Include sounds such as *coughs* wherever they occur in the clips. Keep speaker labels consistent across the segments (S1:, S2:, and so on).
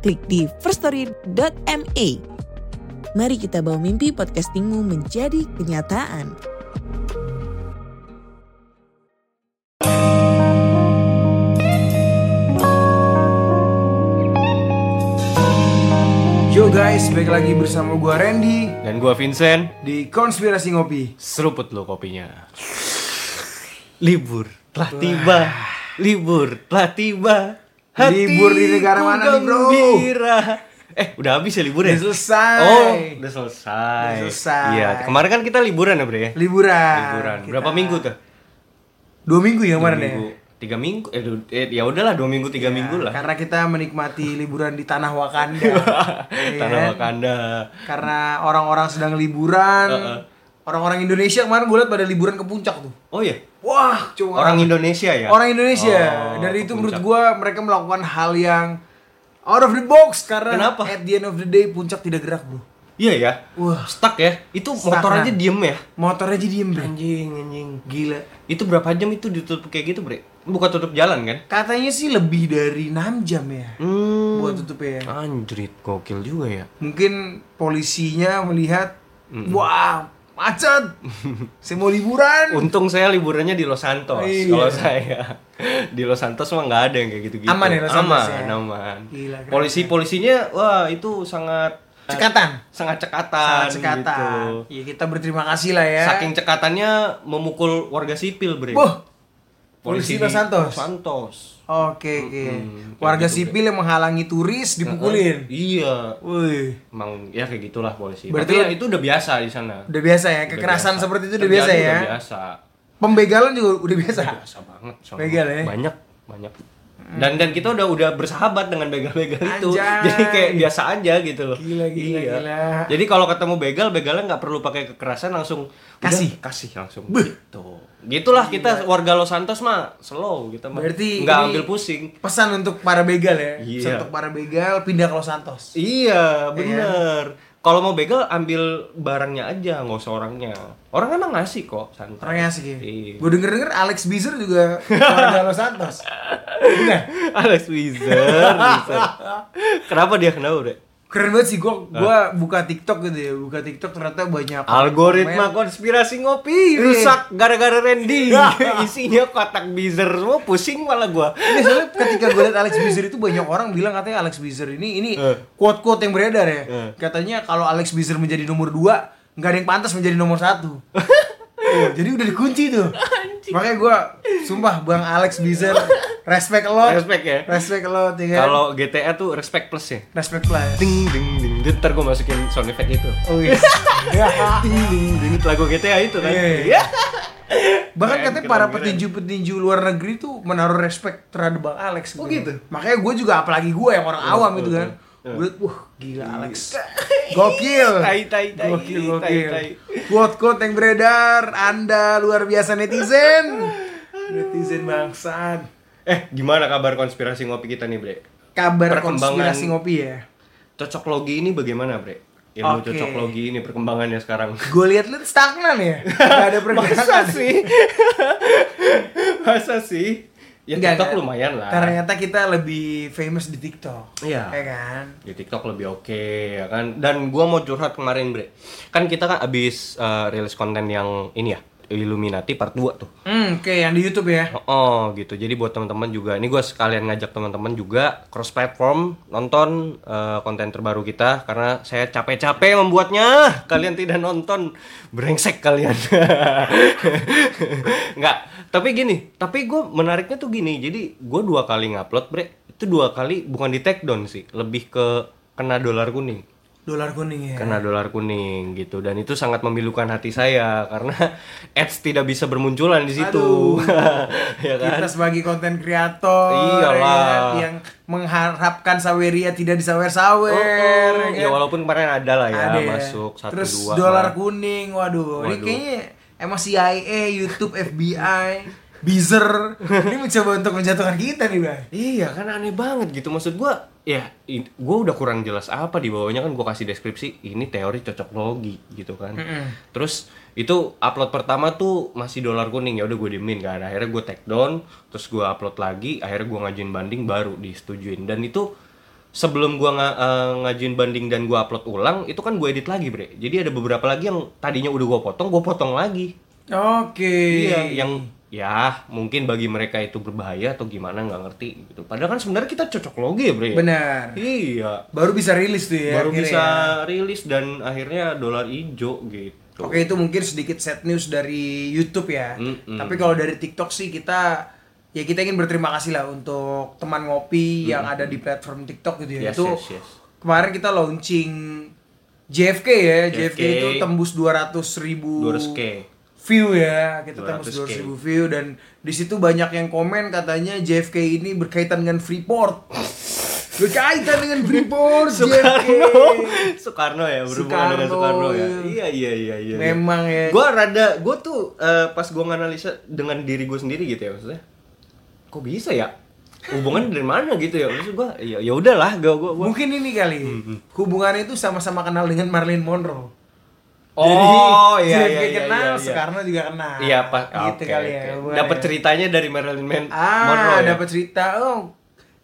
S1: klik di firststory.me. Mari kita bawa mimpi podcastingmu menjadi kenyataan.
S2: Yo guys, balik lagi bersama gua Randy
S3: Dan gua Vincent,
S2: di Konspirasi Ngopi.
S3: seruput lo kopinya. Libur telah tiba, libur telah tiba.
S2: Libur di negara mana nih, bro?
S3: gembira. Eh, udah habis ya liburnya?
S2: Udah selesai.
S3: Oh, udah selesai.
S2: Udah selesai.
S3: Iya, kemarin kan kita liburan ya, Bre ya?
S2: Liburan.
S3: Liburan.
S2: Kita-
S3: Berapa minggu tuh?
S2: Dua minggu ya Iya,
S3: Dua
S2: kemarin ya.
S3: minggu. Tiga minggu. Eh, du- eh, ya udahlah dua minggu tiga minggu lah. *laughs*
S2: Karena kita menikmati liburan di tanah Wakanda. Iya
S3: Tanah
S2: kan?
S3: Wakanda.
S2: Karena orang-orang sedang liburan. Orang-orang Indonesia kemarin gue liat pada liburan ke puncak tuh.
S3: Oh iya.
S2: Wah, cuma
S3: Orang Indonesia ya?
S2: Orang Indonesia.
S3: Oh,
S2: Dari itu
S3: ke
S2: menurut
S3: puncak.
S2: gua mereka melakukan hal yang out of the box karena
S3: Kenapa?
S2: at the end of the day puncak tidak gerak, Bro.
S3: Iya ya.
S2: Wah.
S3: Stuck ya. Itu
S2: Stuck,
S3: motor
S2: nah.
S3: aja diem ya.
S2: Motornya aja diem, Bro.
S3: Anjing, anjing.
S2: Gila.
S3: Itu berapa jam itu ditutup kayak gitu, Bre? Bukan tutup jalan kan?
S2: Katanya sih lebih dari 6 jam ya
S3: Hmm.
S2: buat tutupnya. ya.
S3: Anjrit, gokil juga ya.
S2: Mungkin polisinya melihat
S3: Hmm.
S2: wah, macet. Saya mau liburan.
S3: Untung saya liburannya di Los Santos.
S2: Iya.
S3: Kalau saya *laughs* di Los Santos mah nggak ada yang kayak gitu-gitu.
S2: Aman ya Los Santos
S3: Aman,
S2: ya?
S3: aman.
S2: Gila, keren.
S3: Polisi-polisinya wah itu sangat
S2: Cekatan.
S3: sangat cekatan,
S2: Sangat cekatan.
S3: gitu.
S2: Ya kita berterima kasih lah ya.
S3: Saking cekatannya memukul warga sipil, Bre.
S2: Wah. Polisi Los
S3: di
S2: Santos.
S3: Los Santos.
S2: Oke, oke.
S3: Hmm,
S2: Warga sipil yang menghalangi turis dipukulin.
S3: gitu, Iya.
S2: Wih.
S3: Emang ya kayak gitulah polisi.
S2: Berarti-
S3: Berarti ya itu udah biasa di sana.
S2: Udah biasa ya, kekerasan
S3: biasa.
S2: seperti itu udah
S3: Terjadi
S2: biasa ya.
S3: Udah biasa.
S2: Pembegalan juga udah biasa.
S3: Biasa banget. soalnya.
S2: Begal ya?
S3: Banyak, banyak. Dan dan kita udah udah bersahabat dengan begal-begal itu.
S2: Anjay.
S3: Jadi kayak biasa aja gitu loh.
S2: Gila, gila, gila.
S3: Jadi kalau ketemu begal, begalnya nggak perlu pakai kekerasan langsung udah,
S2: Kasih.
S3: kasih langsung gitu. Gitulah kita warga Los Santos mah slow kita mah.
S2: Berarti
S3: nggak
S2: ini-
S3: ambil pusing.
S2: Pesan untuk para begal ya.
S3: Iya.
S2: Pesan untuk para begal pindah ke Los Santos.
S3: Iya, bener. Kalau mau begal ambil barangnya aja, nggak usah orangnya. Orang emang ngasih kok, santai.
S2: Orangnya asik ya.
S3: Iya.
S2: Gue denger denger Alex Bizer juga warga Los Santos. Bukan?
S3: *laughs* Alex Wizard, Wizard. Kenapa dia kenapa udah?
S2: Keren banget sih gue.
S3: Ah.
S2: Gua buka TikTok gitu ya. Buka TikTok ternyata banyak.
S3: Algoritma konspirasi ngopi rusak
S2: *laughs*
S3: gara-gara Randy.
S2: Ya.
S3: Isinya kotak bizer semua pusing malah gua.
S2: Ini soalnya ketika gue liat Alex Bizer itu banyak orang bilang katanya Alex Bizer ini ini
S3: Eh.
S2: quote-quote yang beredar ya.
S3: Eh.
S2: Katanya kalau Alex Bizer menjadi nomor 2 nggak ada yang pantas menjadi nomor
S3: *laughs*
S2: satu. Tuh, jadi udah dikunci tuh. Makanya gue sumpah Bang Alex Bizer respect lo.
S3: Respect ya.
S2: Respect lo tiga.
S3: Kalau GTA tuh respect plus ya.
S2: respect plus.
S3: Ding ding ding. Dia Ntar gua masukin sound effect itu.
S2: Oh *laughs* iya.
S3: *laughs* Ding ding ding itu lagu GTA itu kan.
S2: Iya. Bahkan
S3: Keren,
S2: katanya
S3: keren,
S2: para
S3: keren.
S2: petinju-petinju luar negeri tuh menaruh respect terhadap Bang Alex kan.
S3: Oh, gitu?
S2: Makanya gue juga apalagi gue yang orang awam gitu kan. Gue liat, wah gila
S3: *laughs*
S2: Alex. Gokil.
S3: Iya. Tai, tai, tai,
S2: Gokil,
S3: tai,
S2: gokil.
S3: tai.
S2: Quote-quote yang beredar, Anda luar biasa netizen. netizen bangsat.
S3: Eh, gimana kabar konspirasi ngopi kita nih, Bre?
S2: Kabar
S3: Perkembangan-
S2: konspirasi ngopi ya.
S3: Cocok logi ini bagaimana, Bre? Ilmu
S2: Oke.
S3: cocok logi ini perkembangannya sekarang. *laughs*
S2: Gue liat-liat stagnan ya. Gak ada
S3: Masa
S2: pergerakan.
S3: sih? Masa sih? Ya
S2: Enggak,
S3: TikTok
S2: enggak.
S3: lumayan lah.
S2: Ternyata kita lebih famous di TikTok.
S3: Iya.
S2: Ya kan?
S3: Di TikTok lebih oke ya kan. Dan gua mau curhat kemarin, Bre. Kan kita kan abis eh, rilis konten yang ini ya, Illuminati part 2 tuh.
S2: Hmm, oke yang di YouTube ya.
S3: Oh, oh, gitu. Jadi buat teman-teman juga, ini gua sekalian ngajak teman-teman juga cross platform nonton eh, konten terbaru kita karena saya capek-capek membuatnya. *laughs* Kalian tidak nonton, brengsek kalian. *laughs* Nggak. Tapi gini, tapi gue menariknya tuh gini. Jadi gue dua kali ngupload, bre. Itu dua kali bukan di take down sih, lebih ke kena dolar kuning
S2: Dolar kuning ya.
S3: kena dolar kuning gitu dan itu sangat memilukan hati saya karena *laughs* ads tidak bisa bermunculan di situ
S2: Aduh.
S3: *laughs* ya kan
S2: Kita sebagai konten kreator ya,
S3: Iyalah.
S2: yang menghar- menerapkan Saweria tidak disawer-sawer. ya kan?
S3: ya walaupun kemarin ada lah ya
S2: Ada ya.
S3: masuk satu
S2: Terus
S3: dua kan.
S2: dolar
S3: lah.
S2: kuning, waduh. Ini
S3: Waduh.
S2: kayaknya emang CIA, YouTube, FBI, Bizer. ini mencoba untuk menjatuhkan kita nih, Bang.
S3: Iya kan aneh banget gitu maksud gua ya i- gua udah kurang jelas apa di bawahnya kan gua kasih deskripsi ini teori cocok logi gitu kan terus itu upload pertama tuh masih dolar kuning ya udah gue diemin kan akhirnya gue take down terus gua upload lagi akhirnya gua ngajuin banding baru disetujuin dan itu sebelum gua nga- eh, ngajuin banding dan gua upload ulang itu kan gue edit lagi bre jadi ada beberapa lagi yang tadinya udah gua potong gue potong lagi
S2: Oke.
S3: Iya, yang ya mungkin bagi mereka itu berbahaya atau gimana nggak ngerti gitu. Padahal kan sebenarnya kita cocok logi ya, Bre.
S2: Benar.
S3: Iya.
S2: Baru bisa rilis tuh ya.
S3: Baru
S2: akhirnya
S3: bisa
S2: ya.
S3: rilis dan akhirnya dolar hijau gitu. *laughs*
S2: Oke, itu mungkin sedikit set news dari YouTube ya.
S3: Mm-mm.
S2: Tapi kalau dari TikTok sih kita ya kita ingin berterima kasih lah untuk teman ngopi yang ada di platform TikTok gitu ya.
S3: Mm, Yes,
S2: itu
S3: yes, yes.
S2: kemarin kita launching JFK ya. JFK,
S3: JFK.
S2: itu tembus 200 ribu
S3: 200K.
S2: view ya. Kita tembus 200
S3: 200K.
S2: ribu view dan di situ banyak yang komen katanya JFK ini berkaitan dengan Freeport.
S3: *laughs*
S2: berkaitan dengan Freeport JFK.
S3: Soekarno ya berhubungan dengan
S2: Soekarno,
S3: Soekarno ya.
S2: iya.
S3: Iya iya iya iya.
S2: Memang ya.
S3: Gue rada, gue tuh eh, pas gue nganalisa dengan diri gue sendiri gitu ya maksudnya. Kok bisa ya? Hubungan dari mana gitu ya? Maksud gue, ya ya udahlah, gue gue gue.
S2: Mungkin ini kali
S3: Hmm,
S2: hubungannya itu sama-sama kenal dengan Marilyn Monroe.
S3: Oh, iya,
S2: JFK
S3: iya, iya,
S2: kenal,
S3: iya, iya.
S2: Soekarno juga kenal.
S3: Iya pak,
S2: gitu kali ya. hubungannya.
S3: Dapat ceritanya dari Marilyn Man
S2: Ah,
S3: Monroe ya?
S2: dapat cerita. Oh,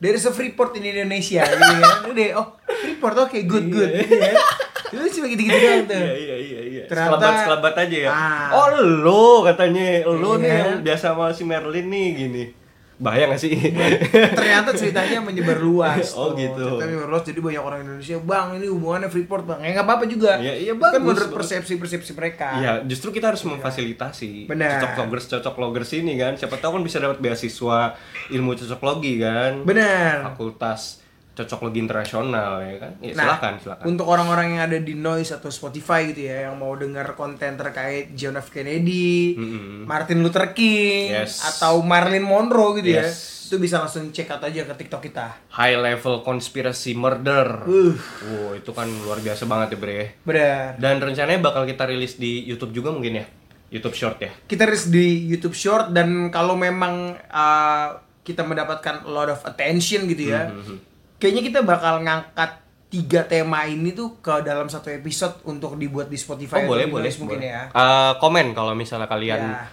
S2: dari se Freeport in Indonesia gitu
S3: *laughs*
S2: kan. Udah, oh, Freeport oke, good good gitu ya. Itu cuma
S3: *laughs*
S2: gitu-gitu doang tuh.
S3: Iya iya iya iya.
S2: Gitu. Ternyata-
S3: Selabat selabat aja ya.
S2: Ah.
S3: Oh lo katanya lo
S2: Iya.
S3: nih yang biasa sama si Marilyn nih gini. Bahaya gak sih?
S2: Ternyata ceritanya menyebar luas.
S3: iya. Oh,
S2: tuh.
S3: gitu.
S2: Ceritanya menyebar luas jadi banyak orang Indonesia, "Bang, ini hubungannya Freeport, Bang." Ya enggak apa-apa juga.
S3: Iya, iya,
S2: Itu Kan
S3: bagus,
S2: menurut
S3: bagus.
S2: persepsi-persepsi mereka.
S3: Iya, justru kita harus memfasilitasi
S2: Benar.
S3: cocok loggers cocok loggers ini kan. Siapa tahu kan bisa dapat beasiswa ilmu cocok logi kan.
S2: Benar.
S3: Fakultas cocok logi internasional ya kan. Ya,
S2: Nah,
S3: silakan silakan.
S2: Untuk orang-orang yang ada di Noise atau Spotify gitu ya, yang mau dengar konten terkait John F. Kennedy, Martin Luther King,
S3: Yes.
S2: atau Marilyn Monroe gitu ya,
S3: Yes.
S2: itu bisa langsung check out aja ke TikTok kita.
S3: High level conspiracy murder.
S2: Uh.
S3: Wow, itu kan luar biasa banget ya bre.
S2: Benar.
S3: Dan rencananya bakal kita rilis di YouTube juga mungkin ya. YouTube Short ya.
S2: Kita rilis di YouTube Short dan kalau memang uh, kita mendapatkan a lot of attention gitu ya,
S3: Mm-hmm.
S2: kayaknya kita bakal ngangkat tiga tema ini tuh ke dalam satu episode untuk dibuat di
S3: Oh,
S2: Spotify atau
S3: boleh
S2: di
S3: boleh
S2: Noise mungkin
S3: boleh.
S2: ya.
S3: Eh, komen kalau misalnya kalian
S2: Ya.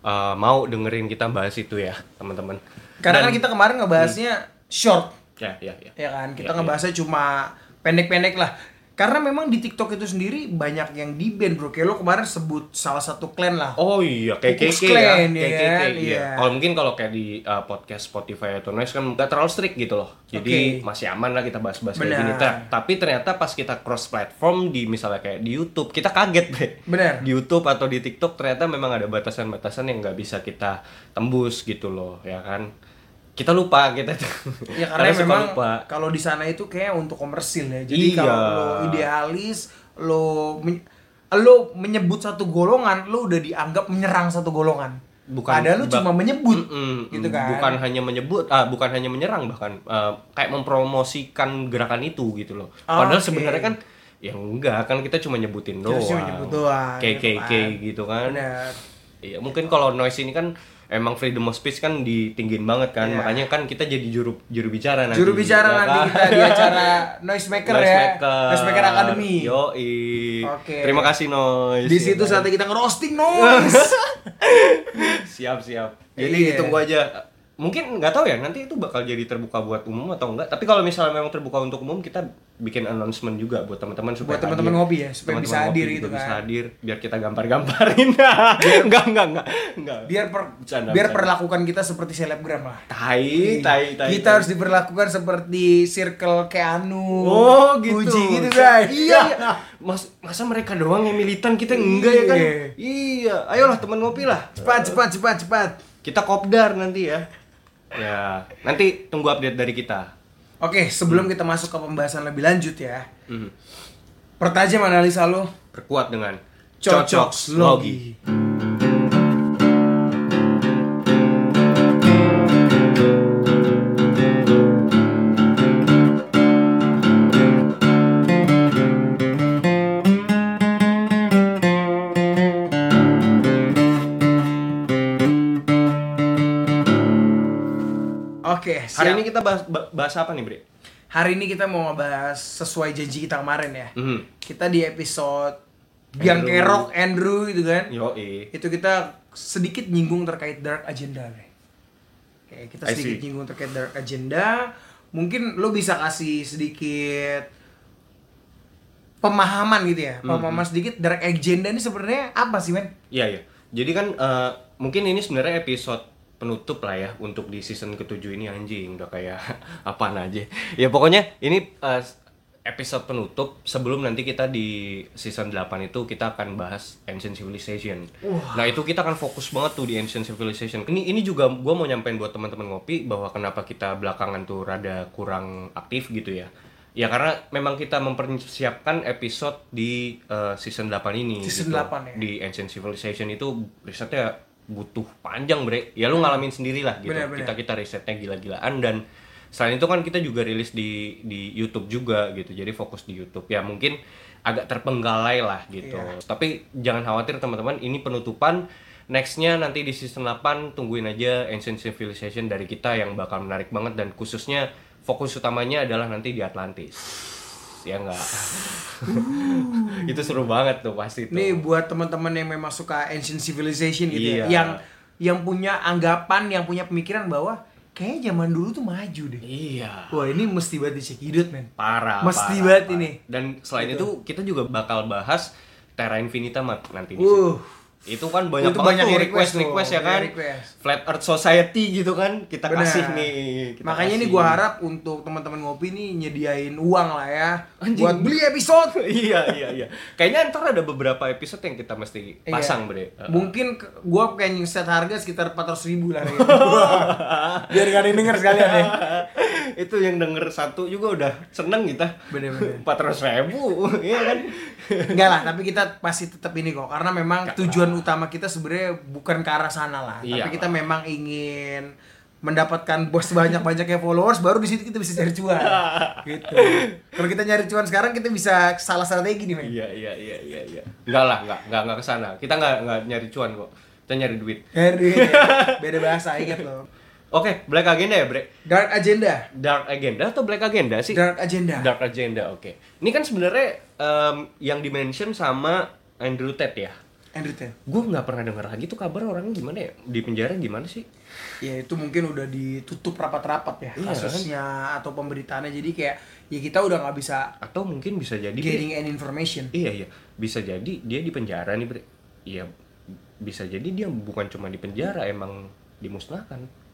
S3: eh, mau dengerin kita bahas itu ya, teman-teman.
S2: Karena
S3: Dan- Hmm.
S2: kan kita kemarin ngebahasnya short.
S3: ya ya ya.
S2: ya kan kita
S3: Ya, ya.
S2: ngebahasnya cuma pendek-pendek lah karena memang di TikTok itu sendiri banyak yang di ban bro kayak lo kemarin sebut salah satu klan lah
S3: Oh iya, kayak
S2: Ku Klux
S3: KKK ya,
S2: Klan, ya
S3: KKK,
S2: kan?
S3: iya.
S2: Iya.
S3: Kalau mungkin kalau kayak di eh, podcast Spotify atau Noise kan nggak terlalu strict gitu loh. Jadi
S2: Oke.
S3: masih aman lah kita bahas-bahas kayak
S2: Benar.
S3: gini. Ta- Tapi ternyata pas kita cross platform di misalnya kayak di YouTube, kita kaget deh.
S2: Benar.
S3: Di YouTube atau di TikTok ternyata memang ada batasan-batasan yang nggak bisa kita tembus gitu loh, ya kan? Kita lupa kita tuh.
S2: ya karena
S3: suka
S2: memang
S3: lupa.
S2: kalau di sana itu kayak untuk komersil ya jadi
S3: Iya.
S2: kalau lo idealis lo men- lo menyebut satu golongan lo udah dianggap menyerang satu golongan
S3: Bukan-
S2: padahal lo
S3: bak-
S2: cuma menyebut
S3: Mm-mm,
S2: gitu
S3: mm,
S2: kan
S3: bukan hanya menyebut ah bukan hanya menyerang bahkan eh, kayak mempromosikan gerakan itu gitu loh
S2: Oh,
S3: padahal
S2: oke.
S3: sebenarnya kan ya enggak kan kita cuma nyebutin
S2: Kita
S3: doang
S2: cuma nyebut doang,
S3: KKK gitu kan
S2: Bener.
S3: Iya, mungkin kalau noise ini kan emang freedom of speech kan ditinggin banget kan
S2: Iya.
S3: makanya kan kita jadi juru juru bicara nanti
S2: juru bicara
S3: ya
S2: nanti
S3: kan?
S2: kita di acara noise maker ya noise maker academy
S3: Yoi.
S2: Oke.
S3: Terima kasih noise.
S2: di
S3: ya
S2: situ
S3: kan?
S2: saatnya kita ngerosting
S3: *laughs*
S2: noise
S3: siap siap jadi
S2: Iya.
S3: ditunggu aja mungkin nggak tahu ya nanti itu bakal jadi terbuka buat umum atau enggak tapi kalau misalnya memang terbuka untuk umum kita bikin announcement juga buat teman-teman supaya
S2: Buat teman-teman
S3: hadir.
S2: ngopi ya, supaya
S3: Teman-teman
S2: bisa
S3: ngopi
S2: hadir
S3: juga
S2: gitu kan.
S3: bisa hadir biar kita *laughs* gambar-gambarin enggak enggak enggak enggak
S2: biar per-
S3: Bercanda,
S2: biar
S3: bercanda.
S2: perlakukan kita seperti selebgram lah
S3: tai tai tai
S2: Iya. kita
S3: tai.
S2: harus diperlakukan seperti circle Keanu
S3: Oh gitu.
S2: Uji gitu guys
S3: Iya. iya. Mas, masa mereka doang yang militan kita enggak ya kan?
S2: Iya.
S3: Iya. Ayolah teman ngopi lah.
S2: cepat cepat cepat cepat
S3: Kita kopdar nanti ya. Ya, nanti tunggu update dari kita.
S2: oke sebelum
S3: Hmm.
S2: kita masuk ke pembahasan lebih lanjut ya
S3: Mhm.
S2: pertajam analisa lo
S3: perkuat dengan
S2: cocok logi siap.
S3: Hari ini kita bahas, ba- bahas apa nih, Bre?
S2: Hari ini kita mau ngebahas sesuai janji kita kemarin ya.
S3: Mhm.
S2: Kita di episode Biang
S3: Andrew.
S2: Kerok Andrew gitu kan.
S3: Yoi.
S2: Itu kita sedikit nyinggung terkait dark agenda. Bre. Oke, kita
S3: I
S2: sedikit
S3: see.
S2: nyinggung terkait dark agenda. Mungkin lo bisa kasih sedikit pemahaman gitu ya.
S3: Hmm,
S2: Pemahaman sedikit dark agenda ini sebenarnya apa sih, men?
S3: Iya, iya. Jadi kan eh, mungkin ini sebenarnya episode penutup lah ya untuk di season ketujuh ini anjing udah kayak *laughs* apaan aja. Ya pokoknya ini eh, episode penutup sebelum nanti kita di season 8 itu kita akan bahas ancient civilization. Nah, itu kita akan fokus banget tuh di ancient civilization. Ini ini juga gua mau nyampein buat teman-teman ngopi bahwa kenapa kita belakangan tuh rada kurang aktif gitu ya. Ya karena memang kita mempersiapkan episode di eh, season 8 ini
S2: Season
S3: gitu.
S2: 8 ya.
S3: di ancient civilization itu risetnya butuh panjang bre ya lu ngalamin sendiri lah gitu
S2: Bener, bener.
S3: kita kita risetnya gila-gilaan dan selain itu kan kita juga rilis di di YouTube juga gitu jadi fokus di YouTube ya mungkin agak terpenggalai lah gitu
S2: Iya.
S3: tapi jangan khawatir teman-teman ini penutupan nextnya nanti di season 8 tungguin aja ancient civilization dari kita yang bakal menarik banget dan khususnya fokus utamanya adalah nanti di Atlantis ya enggak *laughs* itu seru banget tuh pasti tuh
S2: Ini buat teman-teman yang memang suka ancient civilization gitu
S3: Iya.
S2: ya. Yang yang punya anggapan, yang punya pemikiran bahwa kayaknya zaman dulu tuh maju deh.
S3: Iya.
S2: Wah, ini mesti banget dicek hidup, men.
S3: Parah.
S2: Mesti
S3: parah,
S2: banget
S3: parah.
S2: ini. Gitu.
S3: Dan selain itu kita juga bakal bahas Terra Infinita Mat nanti di
S2: Uh.
S3: situ. Itu kan banyak
S2: Itu banyak
S3: banget tuh
S2: yang
S3: request
S2: request tuh,
S3: request ya
S2: banyak
S3: kan.
S2: request.
S3: Flat Earth Society gitu kan kita
S2: Benar.
S3: kasih nih. kita
S2: Makanya ini
S3: kasih.
S2: gua harap untuk teman-teman ngopi nih nyediain uang lah ya
S3: Anjing.
S2: buat beli episode.
S3: *laughs* iya iya iya. Kayaknya ntar ada beberapa episode yang kita mesti pasang bre.
S2: Iya. Mungkin ke- gua pengen set harga sekitar 400 ribu lah. kayaknya. *laughs* Biar gak ada yang denger sekalian ya.
S3: *laughs* itu yang denger satu juga udah seneng kita.
S2: Bener-bener.
S3: *laughs* Empat ratus ribu, *laughs* iya kan?
S2: Enggak lah, tapi kita pasti tetap ini kok karena memang tujuan utama kita sebenarnya bukan ke arah sana lah.
S3: Iya
S2: tapi kita memang ingin mendapatkan bos banyak-banyaknya followers baru di situ kita bisa cari
S3: *laughs*
S2: cuan. gitu. Kalau kita nyari cuan sekarang kita bisa salah strategi nih, men.
S3: Iya iya iya iya iya. Enggak lah, enggak enggak enggak kesana. Kita enggak enggak nyari cuan kok. Kita nyari duit. *laughs*
S2: Ngeri. Beda bahasa ingat loh.
S3: Oke, black agenda ya, Bre.
S2: Dark agenda.
S3: Dark agenda atau black agenda sih?
S2: Dark agenda.
S3: Dark agenda, oke. Ini kan sebenarnya em, yang dimention sama Andrew Tate ya.
S2: Andrew Tate.
S3: Gue nggak pernah dengar lagi tuh kabar orangnya gimana ya? Di penjara gimana sih?
S2: Ya itu mungkin udah ditutup rapat-rapat ya
S3: Iya, kan?
S2: kasusnya atau pemberitaannya jadi kayak ya kita udah nggak bisa
S3: Atau mungkin bisa jadi
S2: getting any information.
S3: Iya iya, bisa jadi dia di penjara nih, Bre. Iya, bisa jadi dia bukan cuma di penjara, emang dimusnahkan.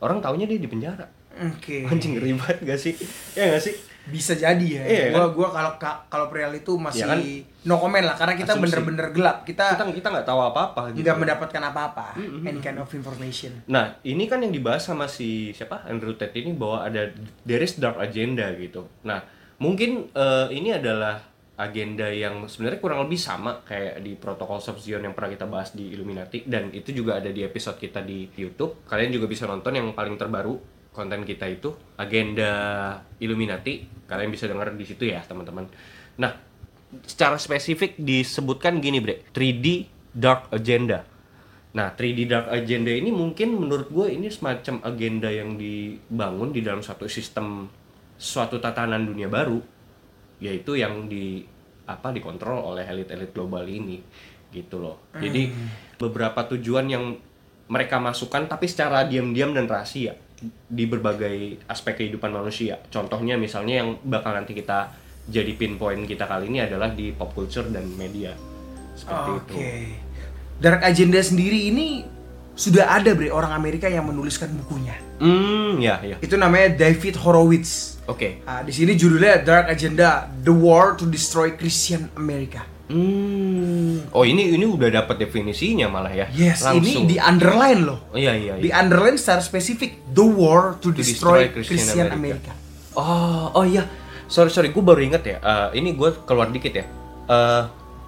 S3: Orang taunya dia di penjara.
S2: Oke.
S3: *laughs* anjing ribet gak sih ya gak sih
S2: bisa jadi ya.
S3: Iya,
S2: gua gua kalau ka- kalau Prial itu masih
S3: Iya kan?
S2: no comment lah karena kita
S3: Asumsi.
S2: bener-bener gelap.
S3: kita
S2: Kita
S3: kita nggak tahu apa apa gitu
S2: Ah. nggak mendapatkan apa-apa any kind of information.
S3: nah ini kan yang dibahas sama si siapa Andrew Tate ini bahwa ada there is dark agenda gitu nah mungkin eh, ini adalah agenda yang sebenarnya kurang lebih sama kayak di protokol of Zion yang pernah kita bahas di Illuminati dan itu juga ada di episode kita di YouTube kalian juga bisa nonton yang paling terbaru konten kita itu agenda Illuminati kalian bisa dengar di situ ya teman-teman nah secara spesifik disebutkan gini bre 3D Dark Agenda nah 3D Dark Agenda ini mungkin menurut gue ini semacam agenda yang dibangun di dalam satu sistem suatu tatanan dunia baru yaitu yang di apa dikontrol oleh elit-elit global ini gitu loh
S2: Hmm.
S3: jadi beberapa tujuan yang mereka masukkan tapi secara diam-diam dan rahasia di berbagai aspek kehidupan manusia contohnya misalnya yang bakal nanti kita jadi pinpoint kita kali ini adalah di pop culture dan media seperti
S2: Oke.
S3: itu
S2: Dark agenda sendiri ini sudah ada bre orang Amerika yang menuliskan bukunya.
S3: hmm ya ya
S2: Itu namanya David Horowitz.
S3: oke
S2: Ah, di sini judulnya Dark Agenda: The War to Destroy Christian America.
S3: hmm oh ini ini udah dapat definisinya malah ya
S2: Yes,
S3: langsung
S2: ini di underline loh.
S3: Oh, iya iya,
S2: Di
S3: iya.
S2: underline secara spesifik The War to,
S3: destroy
S2: destroy,
S3: Christian
S2: Christian, America.
S3: America. Oh, oh iya. Sorry, sorry. Gue baru inget ya. Eh, ini gue keluar dikit ya. Eh,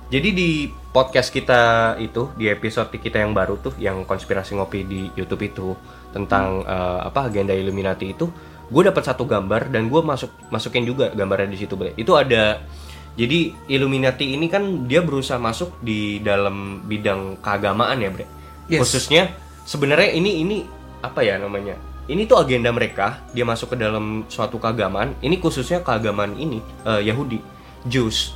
S3: jadi di podcast kita itu, di episode kita yang baru tuh, yang konspirasi ngopi di YouTube itu tentang eh, apa agenda Illuminati itu, gue dapat satu gambar dan gue masuk masukin juga gambarnya di situ. Bre. Itu ada. Jadi Illuminati ini kan dia berusaha masuk di dalam bidang keagamaan ya, bre.
S2: Yes.
S3: Khususnya sebenarnya ini ini apa ya namanya? ini tuh agenda mereka dia masuk ke dalam suatu keagamaan ini khususnya keagamaan ini eh, Yahudi Jews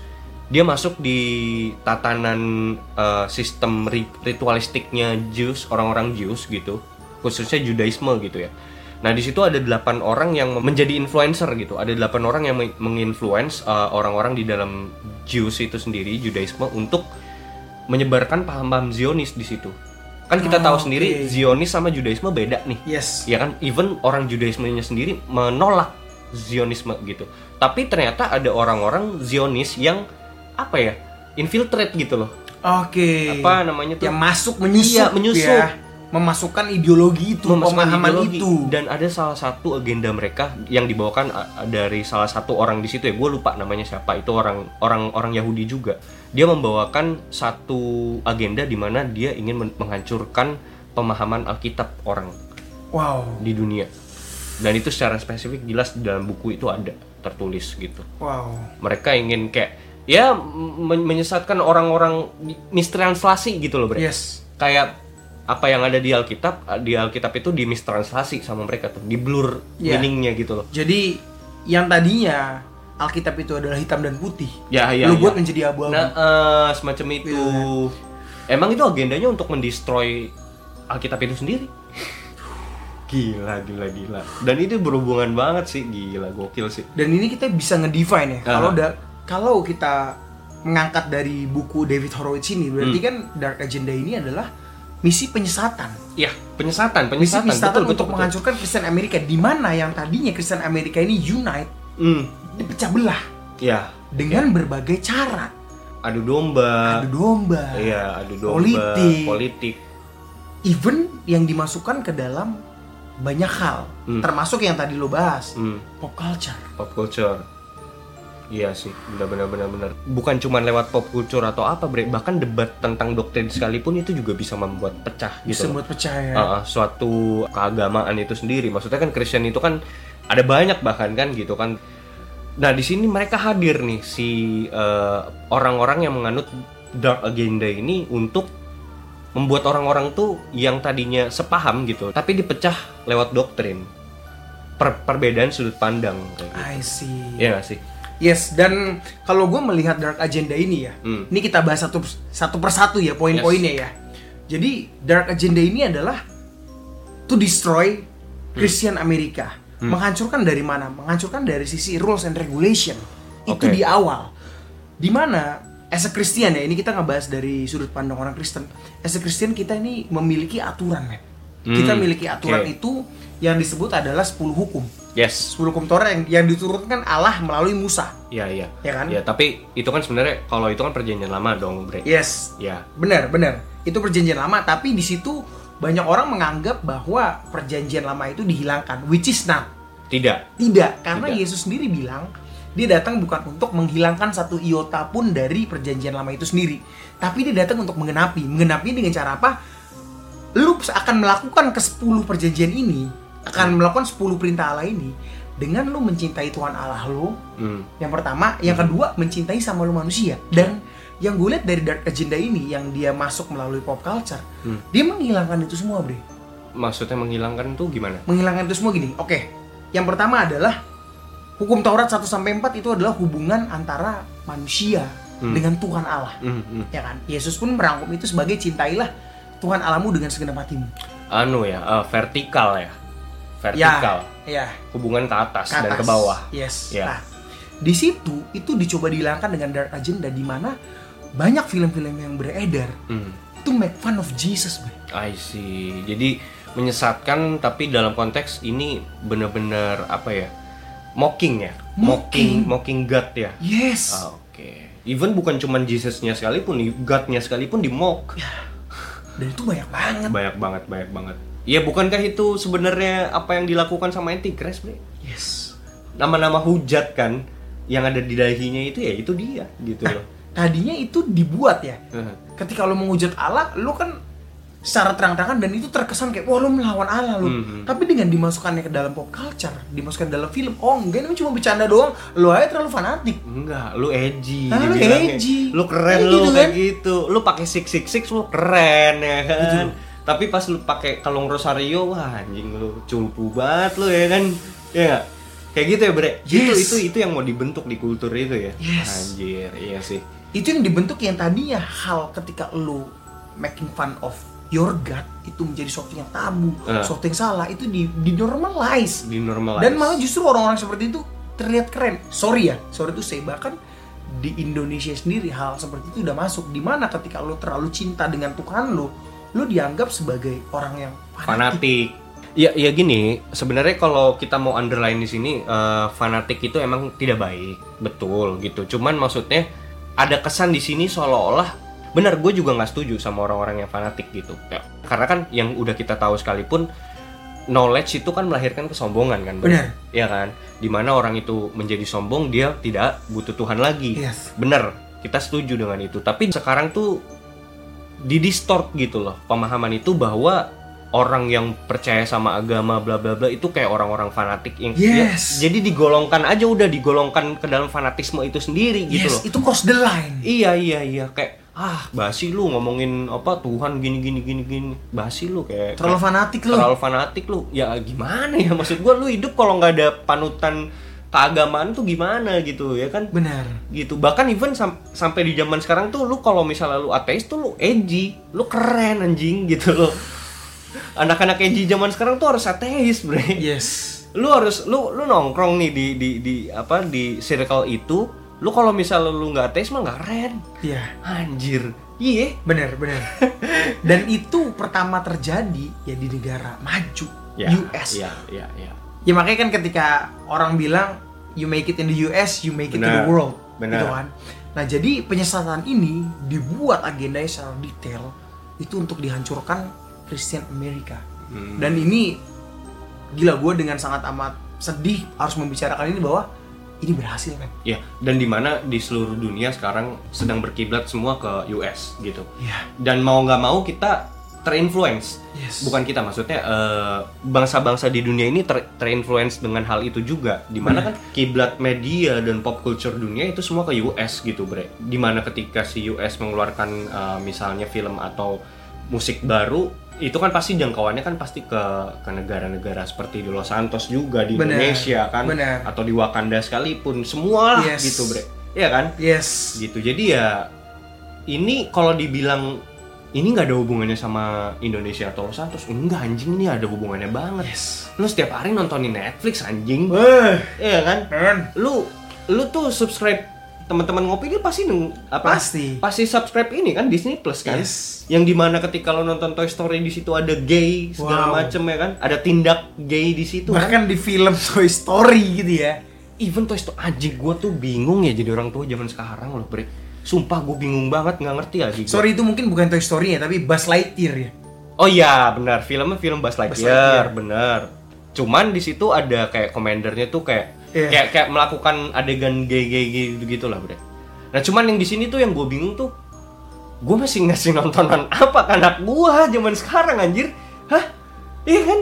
S3: dia masuk di tatanan eh, sistem ri- ritualistiknya Jews orang-orang Jews gitu khususnya Judaisme gitu ya nah di situ ada delapan orang yang menjadi influencer gitu ada delapan orang yang men- menginfluence eh, orang-orang di dalam Jews itu sendiri Judaisme untuk menyebarkan paham-paham Zionis di situ kan
S2: Oh,
S3: kita tahu sendiri
S2: oke. Iya.
S3: Zionis sama Judaisme beda nih
S2: Yes.
S3: ya kan even orang Judaismenya sendiri menolak Zionisme gitu tapi ternyata ada orang-orang Zionis yang apa ya infiltrate gitu loh
S2: Oke.
S3: apa namanya tuh
S2: Yang masuk menyusup,
S3: Iya, menyusup.
S2: ya. Memasukkan ideologi itu,
S3: memasukkan
S2: pemahaman
S3: ideologi.
S2: itu.
S3: dan ada salah satu agenda mereka yang dibawakan a- dari salah satu orang di situ ya gue lupa namanya siapa itu orang orang orang Yahudi juga dia membawakan satu agenda di mana dia ingin men- menghancurkan pemahaman Alkitab orang
S2: Wow.
S3: di dunia dan itu secara spesifik jelas di dalam buku itu ada tertulis gitu
S2: Wow.
S3: mereka ingin kayak ya men- menyesatkan orang-orang di- mistranslasi gitu loh bre
S2: Yes.
S3: kayak apa yang ada di Alkitab di Alkitab itu di mistranslasi sama mereka tuh di blur
S2: Iya.
S3: meaningnya gitu loh
S2: Jadi yang tadinya Alkitab itu adalah hitam dan putih.
S3: Ya, iya,
S2: Lu
S3: iya.
S2: buat menjadi abu-abu.
S3: nah eh, semacam itu
S2: Iya.
S3: emang itu agendanya untuk mendestroy Alkitab itu sendiri gila gila gila dan itu berhubungan banget sih gila gokil sih
S2: Dan ini kita bisa ngedefine ya.
S3: Aha.
S2: Kalau da- kalau kita mengangkat dari buku David Horowitz ini, berarti
S3: Hmm.
S2: kan dark agenda ini adalah misi penyesatan.
S3: Ya, penyesatan,
S2: Misi
S3: penyesatan,
S2: penyesatan
S3: betul, betul,
S2: untuk
S3: betul.
S2: menghancurkan Kristen Amerika di mana yang tadinya Kristen Amerika ini unite
S3: Hmm,
S2: dipecah belah
S3: ya,
S2: dengan berbagai cara.
S3: adu domba.
S2: Adu domba.
S3: Ah. Iya, adu domba.
S2: Politik.
S3: politik.
S2: Even yang dimasukkan ke dalam banyak hal,
S3: Hmm.
S2: termasuk yang tadi lo bahas,
S3: Hmm,
S2: pop culture.
S3: pop culture. Iya sih, benar-benar benar-benar. Bukan cuma lewat pop culture atau apa, Bre. Bahkan debat tentang doktrin sekalipun itu juga bisa membuat pecah
S2: Bisa
S3: gitu. loh.
S2: buat percaya.
S3: Ah, ah, suatu keagamaan itu sendiri. Maksudnya kan Christian itu kan ada banyak bahkan kan gitu kan. Nah di sini mereka hadir nih si eh, orang-orang yang menganut dark agenda ini untuk membuat orang-orang tuh yang tadinya sepaham gitu, tapi dipecah lewat doktrin. Per- perbedaan sudut pandang. Kayak gitu.
S2: I see.
S3: Iya gak sih?
S2: Yes, dan kalau gue melihat dark agenda ini ya,
S3: Hmm.
S2: ini kita bahas satu satu persatu ya poin-poinnya ya. Jadi dark agenda ini adalah to destroy
S3: Hmm.
S2: Christian Amerika, menghancurkan dari mana? Menghancurkan dari sisi rules and regulation. Itu
S3: Oke.
S2: di awal. Dimana as a Christian ya, ini kita ngebahas dari sudut pandang orang Kristen. As a Christian kita ini memiliki aturan, men. Kita
S3: Hmm,
S2: memiliki aturan
S3: oke.
S2: itu yang disebut adalah 10 hukum.
S3: Yes.
S2: 10 hukum Torah yang, yang diturunkan Allah melalui Musa.
S3: Iya iya.
S2: Iya kan?
S3: Iya, tapi itu kan sebenarnya kalau itu kan perjanjian lama dong, Bre.
S2: Yes,
S3: Iya.
S2: benar, benar. Itu perjanjian lama, tapi di situ banyak orang menganggap bahwa perjanjian lama itu dihilangkan, which is not.
S3: Tidak.
S2: Tidak, karena
S3: Tidak.
S2: Yesus sendiri bilang dia datang bukan untuk menghilangkan satu iota pun dari perjanjian lama itu sendiri, tapi dia datang untuk menggenapi. Menggenapi dengan cara apa? Lu akan melakukan ke 10 perjanjian ini, akan melakukan 10 perintah Allah ini dengan lu mencintai Tuhan Allah lu,
S3: Hmm.
S2: yang pertama, yang kedua mencintai sama lu manusia. Dan yang gue lihat dari dark agenda ini yang dia masuk melalui pop culture,
S3: Hmm.
S2: dia menghilangkan itu semua, Bre.
S3: Maksudnya menghilangkan tuh gimana?
S2: Menghilangkan itu semua gini. Oke. Yang pertama adalah hukum Taurat 1 sampai 4 itu adalah hubungan antara manusia
S3: Hmm.
S2: dengan Tuhan Allah.
S3: Hmm, hmm.
S2: Ya kan? Yesus pun merangkum itu sebagai cintailah Tuhan Allahmu dengan segenap hatimu.
S3: anu ya eh, vertikal ya vertikal
S2: Ya. Ya.
S3: hubungan ke atas,
S2: ke
S3: dan
S2: atas.
S3: ke bawah
S2: Yes.
S3: Ya.
S2: Nah, di situ itu dicoba dihilangkan dengan dark agenda di mana banyak film-film yang beredar
S3: hmm.
S2: itu make fun of Jesus, bro.
S3: I see jadi menyesatkan tapi dalam konteks ini bener-bener apa ya mocking ya
S2: Mocking.
S3: mocking mocking God ya
S2: Yes.
S3: Ah, oke even bukan cuman Jesusnya sekalipun Godnya sekalipun di mock
S2: Dan itu banyak banget.
S3: banyak banget banyak banget Iya bukankah itu sebenarnya apa yang dilakukan sama Antikres bre
S2: Yes.
S3: nama-nama hujat kan yang ada di dahinya itu ya itu dia Eh. gitu
S2: Nah,
S3: loh
S2: tadinya itu dibuat ya.
S3: Heeh.
S2: Ketika lo menghujat Allah, lo kan secara terang-terangan dan itu terkesan kayak wah lo melawan Allah lo.
S3: Mhm.
S2: Tapi dengan dimasukkannya ke dalam pop culture, dimasukkan dalam film, oh enggak ini cuma bercanda doang. Lo aja terlalu fanatik.
S3: Enggak, lu edgy.
S2: Ah, lu
S3: dibilangnya.
S2: edgy.
S3: Lu keren
S2: Kayak
S3: lu
S2: gitu
S3: kayak
S2: kan?
S3: gitu. Lu pakai 666 lu keren ya kan. Tapi pas lu pakai kalung Rosario, wah anjing lu cupu banget lu ya kan. Iya nggak? Kayak gitu ya, Bre. Itu
S2: Yes.
S3: itu itu yang mau dibentuk di kultur itu ya.
S2: Yes.
S3: Anjir, iya sih.
S2: itu yang dibentuk yang tadinya hal ketika lu making fun of your gut itu menjadi sesuatu yang tabu,
S3: Eh.
S2: sesuatu yang salah itu di, di normalize.
S3: Di normal
S2: Dan malah justru orang-orang seperti itu terlihat keren. Sorry ya, sorry itu saya bahkan di Indonesia sendiri hal seperti itu udah masuk. Dimana ketika lu terlalu cinta dengan Tuhan lu, lu dianggap sebagai orang yang
S3: fanatik. Ya, ya gini, sebenarnya kalau kita mau underline di sini eh, fanatik itu emang tidak baik, betul gitu. Cuman maksudnya ada kesan di sini seolah-olah benar gue juga nggak setuju sama orang-orang yang fanatik gitu. Ya, Karena kan yang udah kita tahu sekalipun knowledge itu kan melahirkan kesombongan kan, Bro?
S2: Benar.
S3: Iya kan? Dimana orang itu menjadi sombong dia tidak butuh Tuhan lagi.
S2: Yes.
S3: Bener, kita setuju dengan itu. Tapi sekarang tuh didistort gitu loh pemahaman itu bahwa orang yang percaya sama agama bla bla bla itu kayak orang-orang fanatik yang
S2: Yes.
S3: Ya, jadi digolongkan aja udah digolongkan ke dalam fanatisme itu sendiri gitu
S2: Yes,
S3: loh.
S2: itu cross the line.
S3: Iya iya iya kayak ah basi lu ngomongin apa Tuhan gini gini gini gini basi lu kayak
S2: Terlalu fanatik lu.
S3: terlalu fanatik lu ya gimana ya maksud gua lu hidup kalau nggak ada panutan keagamaan tuh gimana gitu ya kan
S2: Benar.
S3: gitu bahkan even sam- sampai di zaman sekarang tuh lu kalau misalnya lu ateis tuh lu edgy lu keren anjing gitu loh anak-anak edgy zaman sekarang tuh harus ateis bre
S2: Yes.
S3: lu harus lu lu nongkrong nih di di di apa di circle itu lu kalau misalnya lu nggak ateis mah nggak keren
S2: Iya.
S3: anjir iya
S2: Benar, benar. Dan itu pertama terjadi ya di negara maju, US.
S3: ya ya ya
S2: Ya makanya kan ketika orang bilang you make it in the US, you make it in the
S3: Benar,
S2: world,
S3: benar.
S2: gitu kan. Nah jadi penyesatan ini dibuat agendanya secara detail itu untuk dihancurkan Christian America.
S3: Hmm.
S2: Dan ini gila gue dengan sangat amat sedih harus membicarakan ini bahwa ini berhasil kan.
S3: ya dan dimana di seluruh dunia sekarang sedang berkiblat semua ke US gitu
S2: Iya.
S3: dan mau nggak mau kita terinfluence
S2: Yes.
S3: bukan kita maksudnya eh, bangsa-bangsa di dunia ini ter- terinfluence dengan hal itu juga dimana
S2: Iya.
S3: kan kiblat media dan pop culture dunia itu semua ke US gitu bre dimana ketika si US mengeluarkan eh, misalnya film atau musik baru itu kan pasti jangkauannya kan pasti ke ke negara-negara seperti di Los Santos juga di
S2: Bener.
S3: Indonesia kan
S2: Bener.
S3: atau di Wakanda sekalipun semua lah
S2: Yes.
S3: gitu bre Iya kan
S2: Yes.
S3: gitu jadi ya ini kalau dibilang ini nggak ada hubungannya sama Indonesia atau Los Santos enggak anjing ini ada hubungannya banget
S2: Yes.
S3: lu setiap hari nontonin Netflix anjing iya kan
S2: Keren.
S3: lu lu tuh subscribe teman-teman ngopi dia pasti neng- apa
S2: Pasti.
S3: pasti subscribe ini kan Disney Plus kan
S2: Yes.
S3: yang dimana ketika lo nonton Toy Story di situ ada gay segala
S2: Wow.
S3: macem ya kan ada tindak gay di situ kan
S2: Bahkan di film Toy Story gitu ya.
S3: even Toy Story anjing gue tuh bingung ya jadi orang tua zaman sekarang loh bre sumpah gue bingung banget nggak ngerti lagi gua.
S2: Sorry itu mungkin bukan Toy Story ya, tapi Buzz Lightyear ya.
S3: Oh iya, benar. Filmnya film Buzz
S2: Buzz
S3: Lightyear,
S2: Lightyear.
S3: benar. Cuman di situ ada kayak komandernya tuh kayak
S2: Iya.
S3: kayak kayak melakukan adegan gay gay gitu gitulah, Bre. Nah, cuman yang di sini tuh yang gue bingung tuh gue masih ngasih nontonan apa ke anak gua zaman sekarang anjir? Hah? Iya kan?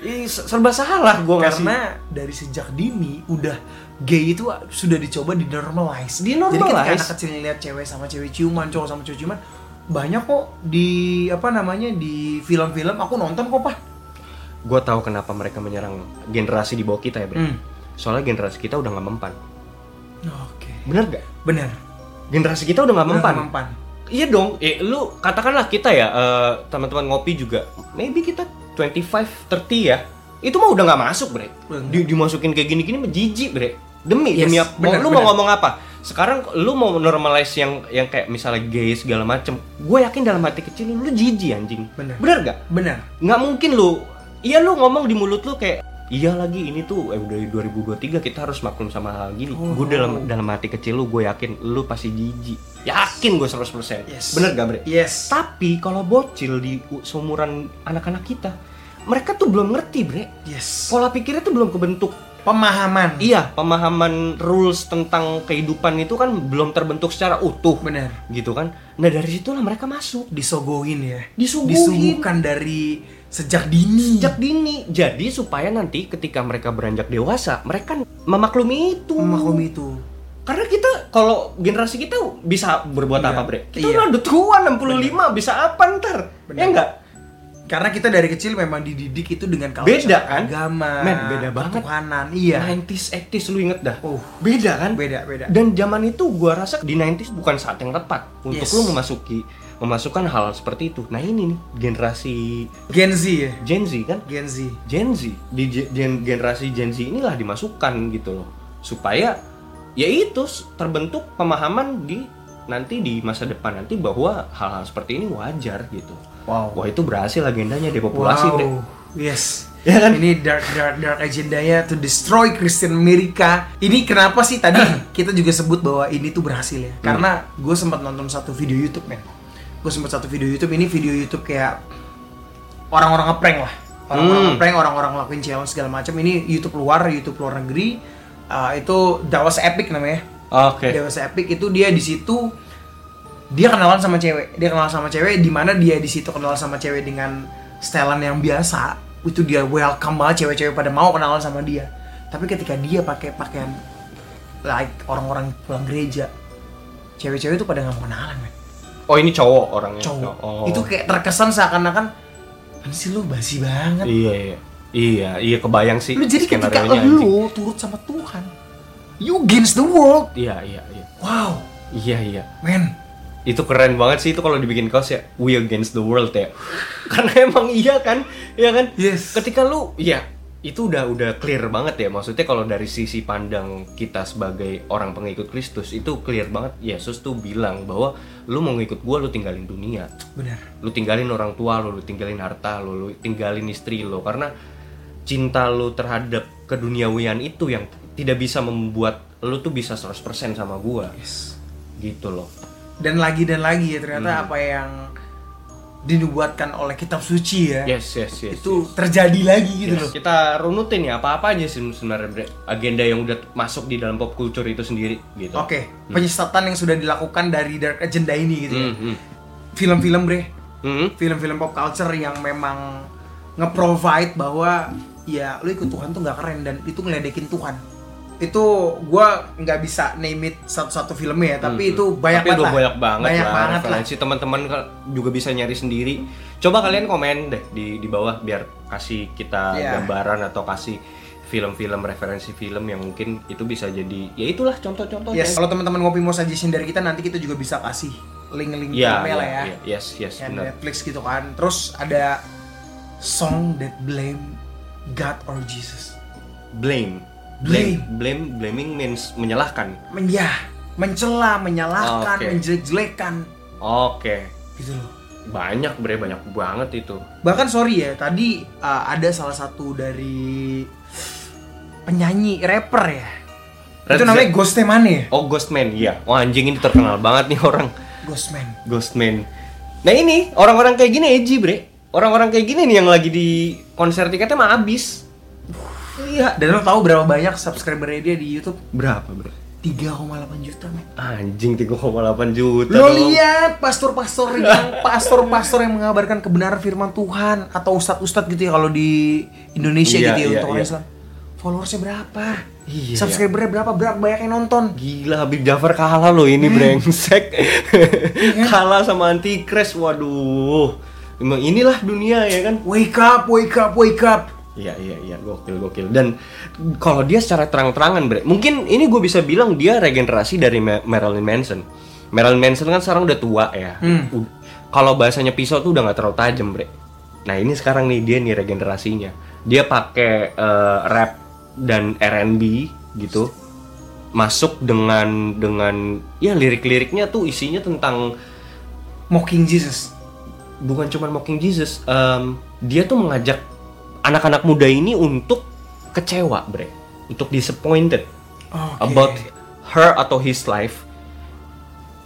S3: Ih, se- serba salah gue ngasih.
S2: Karena dari sejak dini udah gay itu sudah dicoba dinormalize. Jadi
S3: Dinormalize?
S2: ketika anak kecil lihat cewek sama cewek ciuman, cowok sama cowok ciuman, banyak kok di apa namanya di film-film aku nonton kok pak.
S3: gue tahu kenapa mereka menyerang generasi di bawah kita ya, Bre.
S2: Hmm.
S3: Soalnya generasi kita udah nggak mempan.
S2: Oke.
S3: Bener gak?
S2: Benar.
S3: Generasi kita udah nggak mempan.
S2: Mempan.
S3: Iya dong, eh, lu katakanlah kita ya eh, teman-teman ngopi juga, maybe kita 25, 30 ya, itu mah udah nggak masuk bre, Di- dimasukin kayak gini-gini mah jijik bre, demi
S2: Yes,
S3: demi apa? Mau-
S2: benar,
S3: lu mau
S2: benar.
S3: ngomong apa? Sekarang lu mau normalize yang yang kayak misalnya gay segala macem, gue yakin dalam hati kecil lu, lu jijik anjing,
S2: Benar.
S3: bener gak?
S2: Benar.
S3: Nggak mungkin lu, iya lu ngomong di mulut lu kayak Iya lagi ini tuh eh, dari 2023 kita harus maklum sama hal gini.
S2: Oh.
S3: Gue dalam dalam hati kecil lu gue yakin lu pasti jijik. Yakin gue 100%.
S2: Yes.
S3: Bener gak Bre?
S2: Yes.
S3: Tapi kalau bocil di u- seumuran anak-anak kita, mereka tuh belum ngerti, Bre.
S2: Yes.
S3: Pola pikirnya tuh belum kebentuk.
S2: Hmm. Pemahaman.
S3: Iya, pemahaman rules tentang kehidupan itu kan belum terbentuk secara utuh,
S2: Benar.
S3: gitu kan. Nah, dari situlah mereka masuk
S2: Disogoin ya.
S3: Disuguhin.
S2: Disuguhkan dari sejak dini.
S3: sejak dini. Jadi supaya nanti ketika mereka beranjak dewasa, mereka memaklumi itu.
S2: memaklumi itu.
S3: Karena kita kalau generasi kita bisa berbuat
S2: Iya.
S3: apa, Bre? Kita
S2: Iya.
S3: udah udah tua 65, bisa apa ntar?
S2: Benar.
S3: Ya enggak?
S2: Karena kita dari kecil memang dididik itu dengan kalau
S3: Beda, kan?
S2: agama,
S3: Men, beda banget.
S2: ketuhanan, iya.
S3: 90s 80s lu inget dah.
S2: Oh.
S3: beda kan?
S2: Beda, beda.
S3: Dan zaman itu gua rasa di 90s bukan saat yang tepat untuk
S2: Yes.
S3: lu memasuki memasukkan hal seperti itu. Nah, ini nih generasi
S2: Gen Z ya,
S3: Gen Z kan?
S2: Gen Z.
S3: Gen Z di ge- gen- generasi Gen Z inilah dimasukkan gitu loh supaya ya itu s- terbentuk pemahaman di nanti di masa depan nanti bahwa hal-hal seperti ini wajar gitu
S2: Wow.
S3: wah itu berhasil agendanya depopulasi
S2: wow.
S3: Dek.
S2: Yes.
S3: Ya kan?
S2: Ini dark dark dark agendanya to destroy Christian America. Ini kenapa sih tadi
S3: *coughs*
S2: kita juga sebut bahwa ini tuh berhasil ya?
S3: Hmm.
S2: Karena gue sempat nonton satu video YouTube men. Gue sempat satu video YouTube ini video YouTube kayak orang-orang ngeprank lah. Orang-orang
S3: Hmm.
S2: ngeprank, orang-orang lakuin challenge segala macam. Ini YouTube luar, YouTube luar negeri. Uh, itu Dawas Epic namanya.
S3: oke
S2: Dewasa Epic itu dia di situ dia kenalan sama cewek. Dia kenal sama cewek di mana dia di situ kenal sama cewek dengan setelan yang biasa. Itu dia welcome banget cewek-cewek pada mau kenalan sama dia. Tapi ketika dia pakai pakaian like orang-orang pulang gereja, cewek-cewek itu pada nggak mau kenalan, men.
S3: oh ini cowok orangnya
S2: Cowok.
S3: Oh.
S2: Itu kayak terkesan seakan-akan "Apaan sih lu basi banget.
S3: iya iya iya iya kebayang sih
S2: Lu jadi ketika
S3: skenario-nya, anjing.
S2: lu turut sama Tuhan, you against the world.
S3: iya iya iya
S2: Wow,
S3: iya iya
S2: men.
S3: itu keren banget sih itu kalau dibikin kaos ya we against the world ya *laughs* karena emang iya kan iya kan
S2: Yes.
S3: ketika lu ya itu udah udah clear banget ya maksudnya kalau dari sisi pandang kita sebagai orang pengikut Kristus itu clear banget Yesus tuh bilang bahwa lu mau ngikut gua lu tinggalin dunia
S2: Benar.
S3: lu tinggalin orang tua lu, lu tinggalin harta lu, lu tinggalin istri lu karena cinta lu terhadap keduniawian itu yang tidak bisa membuat lu tuh bisa 100% sama gua
S2: Yes.
S3: gitu loh
S2: dan lagi dan lagi ya ternyata
S3: Hmm.
S2: apa yang dinubuatkan oleh kitab suci ya
S3: yes yes yes
S2: itu terjadi lagi gitu loh
S3: Iya, kita runutin ya apa-apa aja sih sebenarnya Bre. agenda yang udah masuk di dalam pop culture itu sendiri gitu
S2: oke penyesatan yang sudah dilakukan dari dark agenda ini gitu ya
S3: Mhm.
S2: film-film bre
S3: Mhm.
S2: film-film pop culture yang memang nge-provide bahwa ya lu ikut Tuhan tuh nggak keren dan itu ngeledekin Tuhan itu gua nggak bisa name it satu-satu filmnya ya tapi itu banyak
S3: Hmm. Tapi
S2: banget
S3: udah
S2: lah.
S3: banyak banget
S2: banyak
S3: lah
S2: banget lah
S3: referensi. teman-teman ke- juga bisa nyari sendiri coba kalian komen deh di di bawah biar kasih kita
S2: Iya.
S3: gambaran atau kasih film-film referensi film yang mungkin itu bisa jadi ya itulah contoh-contohnya
S2: yes kalau teman-teman ngopi mau suggestion dari kita nanti kita juga bisa kasih link-link
S3: ya,
S2: filmnya lah ya
S3: yes yes
S2: yang
S3: benar
S2: Netflix gitu kan. Terus ada song that blame God or Jesus.
S3: blame blame blame blaming means menyalahkan
S2: Menyah, ya, mencela, menyalahkan,
S3: Oke.
S2: menjelek-jelekan
S3: oke
S2: gitu loh.
S3: banyak bre banyak banget itu
S2: Bahkan sorry ya, tadi uh, ada salah satu dari penyanyi rapper ya.
S3: Red
S2: Itu namanya
S3: Zed.
S2: Ghost Temane ya?
S3: Oh Ghostman, iya. Wah anjing ini terkenal banget nih orang
S2: Ghostman.
S3: Ghostman. Nah ini orang-orang kayak gini edgy bre. Orang-orang kayak gini nih yang lagi di konser tiketnya mah habis. Iya.
S2: Dan lo tahu berapa banyak subscribernya dia di YouTube?
S3: Berapa bre?
S2: 3,8 juta, men.
S3: Anjing 3,8 juta.
S2: Lo
S3: dong.
S2: lihat pastor-pastor yang
S3: *laughs*
S2: pastor-pastor yang mengabarkan kebenaran firman Tuhan atau ustadz-ustadz gitu ya kalau di Indonesia
S3: Iya,
S2: gitu ya
S3: iya,
S2: untuk orang
S3: iya.
S2: Islam. Followersnya berapa?
S3: Iya,
S2: Subscribernya berapa? Berapa banyak yang nonton?
S3: Gila Habib Jafar kalah loh ini brengsek. *laughs* kalah sama Antikres. Waduh. Emang inilah dunia ya kan?
S2: Wake up, wake up, wake up.
S3: Iya iya iya gokil gokil dan kalau dia secara terang-terangan bre mungkin ini gue bisa bilang dia regenerasi dari Ma- Marilyn Manson Marilyn Manson kan sekarang udah tua ya U- kalau bahasanya pisau tuh udah nggak terlalu tajam bre nah ini sekarang nih dia nih regenerasinya dia pakai eh, rap dan R&B gitu masuk dengan dengan ya lirik-liriknya tuh isinya tentang
S2: Mocking Jesus.
S3: bukan cuma mocking Jesus, em, dia tuh mengajak anak-anak muda ini untuk kecewa, bre, untuk disappointed
S2: Oke.
S3: about her atau his life.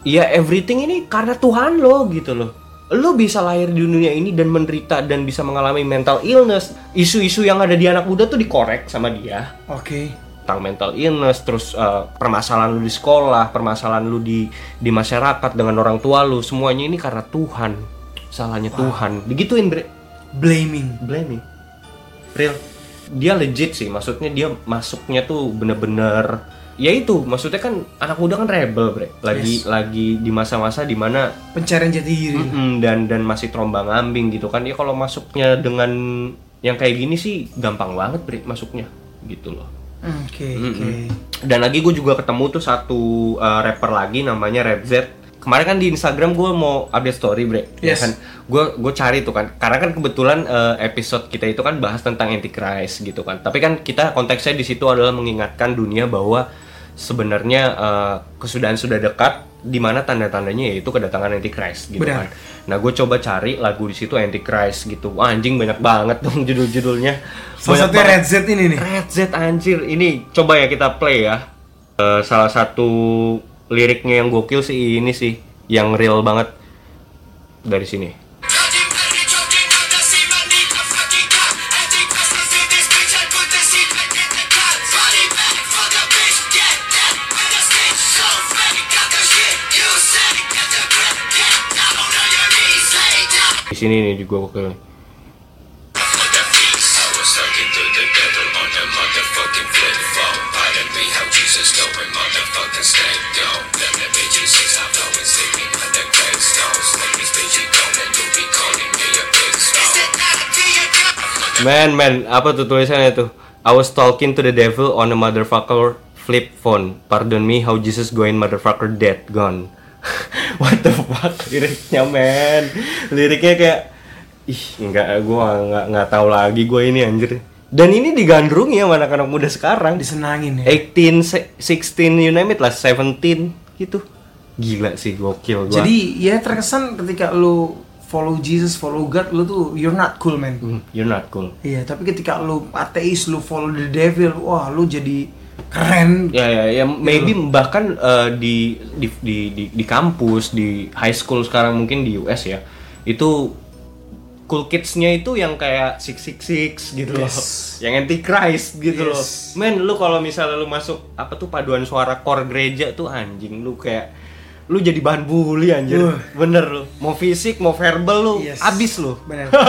S3: Ya everything ini karena Tuhan lo gitu loh. Lo bisa lahir di dunia ini dan menderita dan bisa mengalami mental illness. Isu-isu yang ada di anak muda tuh dikorek sama dia
S2: Oke.
S3: tentang mental illness terus eh, permasalahan lu di sekolah permasalahan lu di di masyarakat dengan orang tua lu semuanya ini karena Tuhan salahnya Tuhan begituin bre
S2: Blaming.
S3: blaming real dia legit sih maksudnya dia masuknya tuh bener-bener ya itu maksudnya kan anak muda kan rebel bre lagi lagi di masa-masa dimana
S2: pencarian jati diri
S3: Mm-mm, dan dan masih terombang ambing gitu kan ya kalau masuknya dengan yang kayak gini sih gampang banget bre masuknya gitu loh
S2: oke
S3: Hmm,
S2: oke
S3: dan lagi gue juga ketemu tuh satu uh, rapper lagi namanya Rapz kemarin kan di Instagram gue mau update story bre
S2: Yes.
S3: ya kan gue gue cari tuh kan karena kan kebetulan uh, episode kita itu kan bahas tentang antichrist gitu kan tapi kan kita konteksnya di situ adalah mengingatkan dunia bahwa sebenarnya uh, kesudahan sudah dekat di mana tanda-tandanya yaitu kedatangan antichrist gitu
S2: Benar.
S3: kan nah gue coba cari lagu di situ antichrist gitu Wah, anjing banyak banget dong judul-judulnya
S2: salah satunya
S3: Banyak banget.
S2: Red Z ini nih
S3: Red Z anjir ini coba ya kita play ya Eh, salah satu liriknya yang gokil sih ini sih yang real banget dari sini di sini nih juga gokil nih. man man apa tuh tulisannya tuh I was talking to the devil on a motherfucker flip phone pardon me how Jesus going motherfucker dead gone *laughs* what the fuck liriknya man liriknya kayak ih enggak gue nggak nggak tahu lagi gue ini anjir dan ini digandrungi sama anak-anak muda sekarang
S2: disenangin ya
S3: 18, se- 16, you name it lah, 17 gitu. Gila sih, gokil gua.
S2: jadi ya terkesan ketika lu follow Jesus follow God lu tuh you're not cool man
S3: Hmm, you're not cool.
S2: Iya, tapi ketika lu ateis, lu follow the devil, wah lu jadi keren.
S3: Ya ya ya, maybe bahkan eh, di, di di di- di kampus, di high school sekarang mungkin di US ya. Itu cool kids-nya itu yang kayak 666 gitu loh.
S2: Yes.
S3: Yang anti Christ gitu
S2: Yes.
S3: loh. Men, lu kalau misalnya lu masuk apa tuh paduan suara kor gereja tuh anjing lu kayak lu jadi bahan bully anjir.
S2: Uh.
S3: Bener lu. Mau fisik, mau verbal lu
S2: Yes.
S3: abis lu. *laughs*
S2: Bener. Gila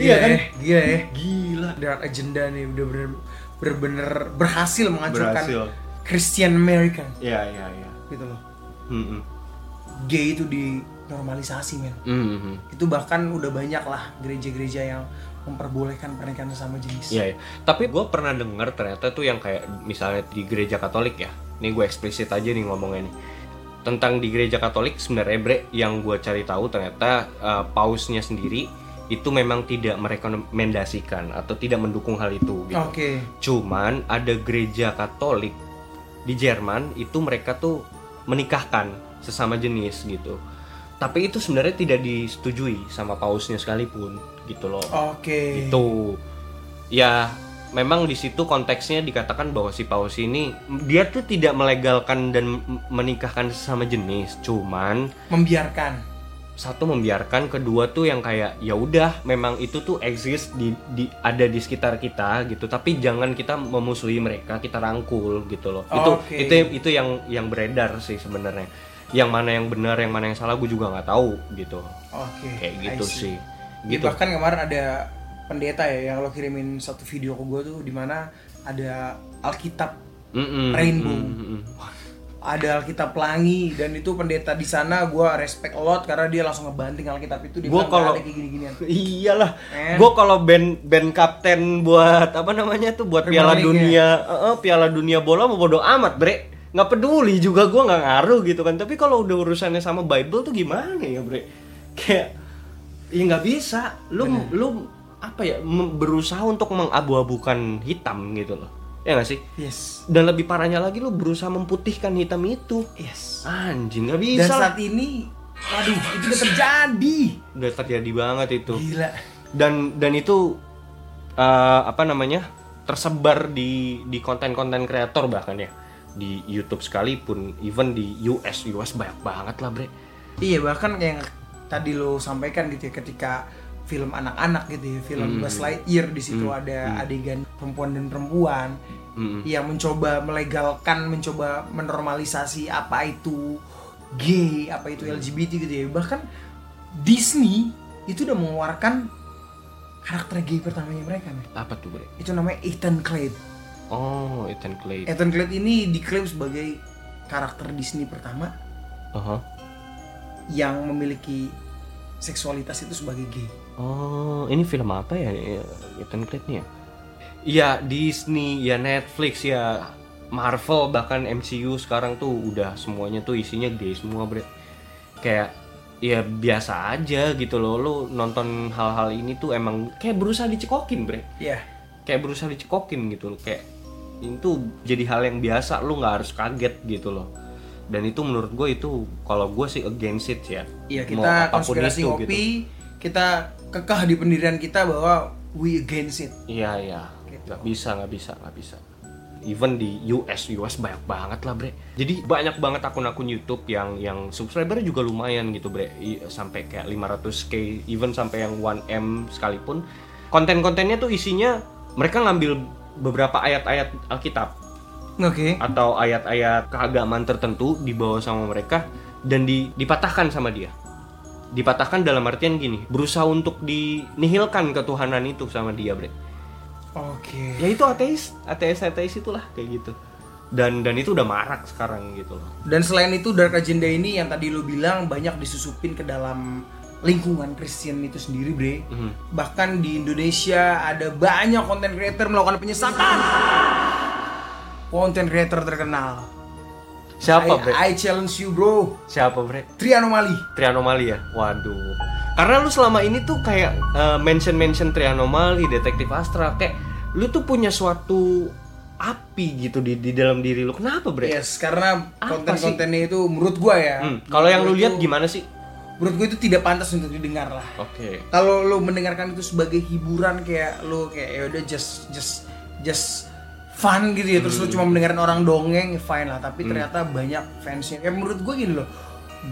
S3: iya kan?
S2: ya, gila ya.
S3: Gila.
S2: Dengan agenda nih udah bener, bener berhasil menghancurkan
S3: Berhasil.
S2: Christian American
S3: Iya, iya, iya.
S2: gitu loh.
S3: Mm-mm.
S2: Gay itu dinormalisasi men.
S3: Mm-mm.
S2: Itu bahkan udah banyak lah gereja-gereja yang memperbolehkan pernikahan sesama jenis.
S3: Iya, iya. tapi gue pernah dengar ternyata tuh yang kayak misalnya di gereja Katolik ya. Ini gue eksplisit aja nih ngomongnya nih. Tentang di gereja Katolik sebenarnya bre yang gue cari tahu ternyata eh, pausnya sendiri itu memang tidak merekomendasikan atau tidak mendukung hal itu gitu.
S2: Oke.
S3: Cuman ada gereja Katolik di Jerman itu mereka tuh menikahkan sesama jenis gitu. Tapi itu sebenarnya tidak disetujui sama pausnya sekalipun gitu loh
S2: Oke.
S3: gitu ya memang di situ konteksnya dikatakan bahwa si paus ini dia tuh tidak melegalkan dan m- menikahkan sesama jenis cuman
S2: Membiarkan.
S3: satu membiarkan kedua tuh yang kayak ya udah memang itu tuh exist di, di- ada di sekitar kita gitu tapi jangan kita memusuhi mereka kita rangkul gitu loh itu
S2: Oke.
S3: itu itu yang yang beredar sih sebenarnya yang mana yang benar yang mana yang salah gue juga nggak tahu gitu
S2: Oke.
S3: kayak
S2: I
S3: gitu
S2: see.
S3: sih
S2: Ya,
S3: gitu
S2: bahkan kemarin ada pendeta ya yang lo kirimin satu video ke gue tuh di mana ada Alkitab,
S3: Mm-mm,
S2: Rainbow.
S3: mm-mm, mm-mm.
S2: ada Alkitab Pelangi dan itu pendeta di sana gue respect a lot karena dia langsung ngebanting Alkitab itu dia
S3: Gua
S2: bilang,
S3: kalau-
S2: "Nggak ada kayak gini-ginian.
S3: *laughs* Iyalah,
S2: Eh.
S3: gue kalau band band kapten buat apa namanya tuh buat
S2: Premier
S3: Piala
S2: League-nya.
S3: Dunia, eh, eh, Piala Dunia bola mau bodo amat bre, nggak peduli juga gue nggak ngaruh gitu kan. Tapi kalau udah urusannya sama Bible tuh gimana ya bre? Kayak ya nggak bisa, lu lu apa ya mem- berusaha untuk mengabu-abukan hitam gitu loh, ya nggak sih?
S2: Yes.
S3: Dan lebih parahnya lagi lu berusaha memputihkan hitam itu.
S2: Yes.
S3: Anjing nggak
S2: Iya. Dan
S3: bisa.
S2: saat ini aduh itu udah terjadi.
S3: Udah terjadi banget itu.
S2: Gila.
S3: dan dan itu eh, apa namanya tersebar di di konten-konten kreator bahkan ya di YouTube sekalipun even di US US banyak banget lah bre
S2: Iya bahkan kayak yang tadi lo sampaikan gitu ya ketika film anak-anak gitu ya film Buzz Lightyear di situ ada adegan perempuan dan perempuan
S3: Mm-mm.
S2: yang mencoba melegalkan mencoba menormalisasi apa itu gay apa itu LGBT gitu ya bahkan Disney itu udah mengeluarkan karakter gay pertamanya mereka men.
S3: Apa tuh bre?
S2: Itu namanya Ethan Clayt.
S3: Oh, Ethan Clay.
S2: Ethan Clayt ini diklaim sebagai karakter Disney pertama
S3: Aha.
S2: yang memiliki seksualitas itu sebagai gay.
S3: Oh, ini film apa ya Ethan Clayt nih ya? Iya Disney, ya Netflix, ya Marvel bahkan MCU sekarang tuh udah semuanya tuh isinya gay semua bre. Kayak ya biasa aja gitu loh lo nonton hal-hal ini tuh emang kayak berusaha dicekokin bre
S2: Iya.
S3: kayak berusaha dicekokin gitu loh kayak itu jadi hal yang biasa lu nggak harus kaget gitu loh dan itu menurut gue itu kalau gue sih against it ya
S2: Iya
S3: Mau
S2: kita konspirasi
S3: itu,
S2: ngopi,
S3: gitu.
S2: kita kekeh di pendirian kita bahwa we against it.
S3: iya iya
S2: Gitu.
S3: nggak bisa nggak bisa nggak bisa even di US US banyak banget lah bre jadi banyak banget akun-akun YouTube yang yang subscriber juga lumayan gitu bre I- sampai kayak 500k even sampai yang 1m sekalipun konten-kontennya tuh isinya mereka ngambil beberapa ayat-ayat Alkitab
S2: Oke.
S3: atau ayat-ayat keagamaan tertentu dibawa sama mereka dan di- dipatahkan sama dia. Dipatahkan dalam artian gini, berusaha untuk dinihilkan ketuhanan itu sama dia, Bre.
S2: Oke.
S3: Ya itu ateis, ateis-ateis itulah kayak gitu. Dan dan itu udah marak sekarang gitu loh.
S2: Dan selain itu dark agenda ini yang tadi lu bilang banyak disusupin ke dalam lingkungan Christian itu sendiri, Bre.
S3: Mhm.
S2: Bahkan di Indonesia ada banyak konten creator melakukan penyesatan. Konten creator terkenal.
S3: Siapa,
S2: I-
S3: Bre?
S2: I, challenge you, Bro.
S3: Siapa, Bre?
S2: Trianomali.
S3: Trianomali ya? Waduh. Karena lu selama ini tuh kayak eh, mention-mention Trianomali, Detektif Astra, kayak lu tuh punya suatu api gitu di di dalam diri lu. Kenapa, Bre?
S2: Yes, karena
S3: Apa
S2: konten-kontennya itu menurut gua ya.
S3: Hmm, kalau yang lu
S2: menurut
S3: lihat
S2: gua-
S3: gimana sih?
S2: Menurut gua itu tidak pantas untuk didengar lah.
S3: Oke.
S2: kalau lo mendengarkan itu sebagai hiburan kayak lo kayak ya udah just just just fun gitu ya terus
S3: Hmm.
S2: lo cuma mendengarkan orang dongeng ya fine lah tapi ternyata banyak fansnya ya menurut gue gini loh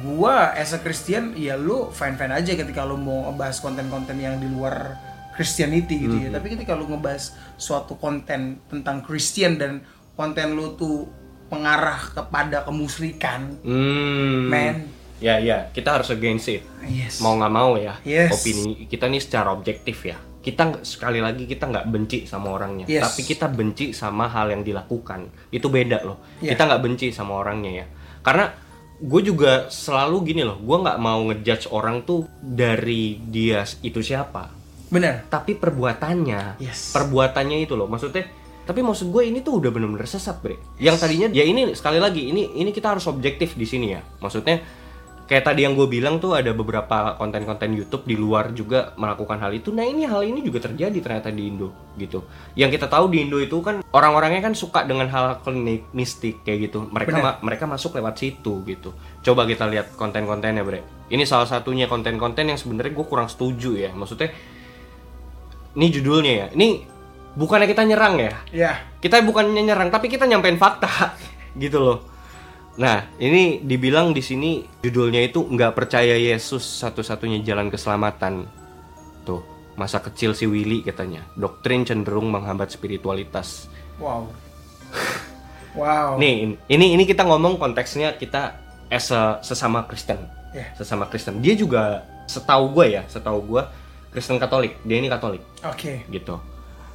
S2: gua as a Christian ya lo fine fine aja ketika lo mau ngebahas konten-konten yang di luar Christianity gitu ya
S3: Hmm.
S2: tapi ketika lo ngebahas suatu konten tentang Christian dan konten lo tuh mengarah kepada kemusrikan
S3: Hmm.
S2: Man.
S3: Ya ya, kita harus against it.
S2: yes
S3: Mau nggak mau ya.
S2: Yes.
S3: Opini kita nih secara objektif ya. Kita nggak- sekali lagi kita nggak benci sama orangnya,
S2: Yes.
S3: tapi kita benci sama hal yang dilakukan. Itu beda loh.
S2: Yeah.
S3: Kita nggak benci sama orangnya ya. Karena gue juga selalu gini loh, gue nggak mau ngejudge orang tuh dari dia itu siapa.
S2: benar
S3: tapi perbuatannya
S2: Yes.
S3: perbuatannya itu loh maksudnya tapi maksud gue ini tuh udah bener-bener sesat bre yang tadinya ya ini sekali lagi ini ini kita harus objektif di sini ya maksudnya kayak tadi yang gue bilang tuh ada beberapa konten-konten YouTube di luar juga melakukan hal itu nah ini hal ini juga terjadi ternyata di Indo gitu yang kita tahu di Indo itu kan orang-orangnya kan suka dengan hal klinik mistik kayak gitu mereka
S2: Bener.
S3: ma- mereka masuk lewat situ gitu. Coba kita lihat konten-kontennya, Bre. Ini salah satunya konten-konten yang sebenarnya gue kurang setuju ya. Maksudnya ini judulnya ya. Ini bukannya kita nyerang ya.
S2: ya
S3: Kita bukannya nyerang, tapi kita nyampein fakta *laughs* gitu loh. Nah, ini dibilang di sini judulnya itu nggak percaya Yesus satu-satunya jalan keselamatan. Tuh, masa kecil si Willy katanya. Doktrin cenderung menghambat spiritualitas.
S2: wow wow
S3: Nih, ini ini kita ngomong konteksnya kita as a- sesama Kristen.
S2: Ya.
S3: Sesama Kristen. Dia juga setahu gue ya, setahu gue Kristen Katolik. Dia ini Katolik
S2: oke
S3: gitu.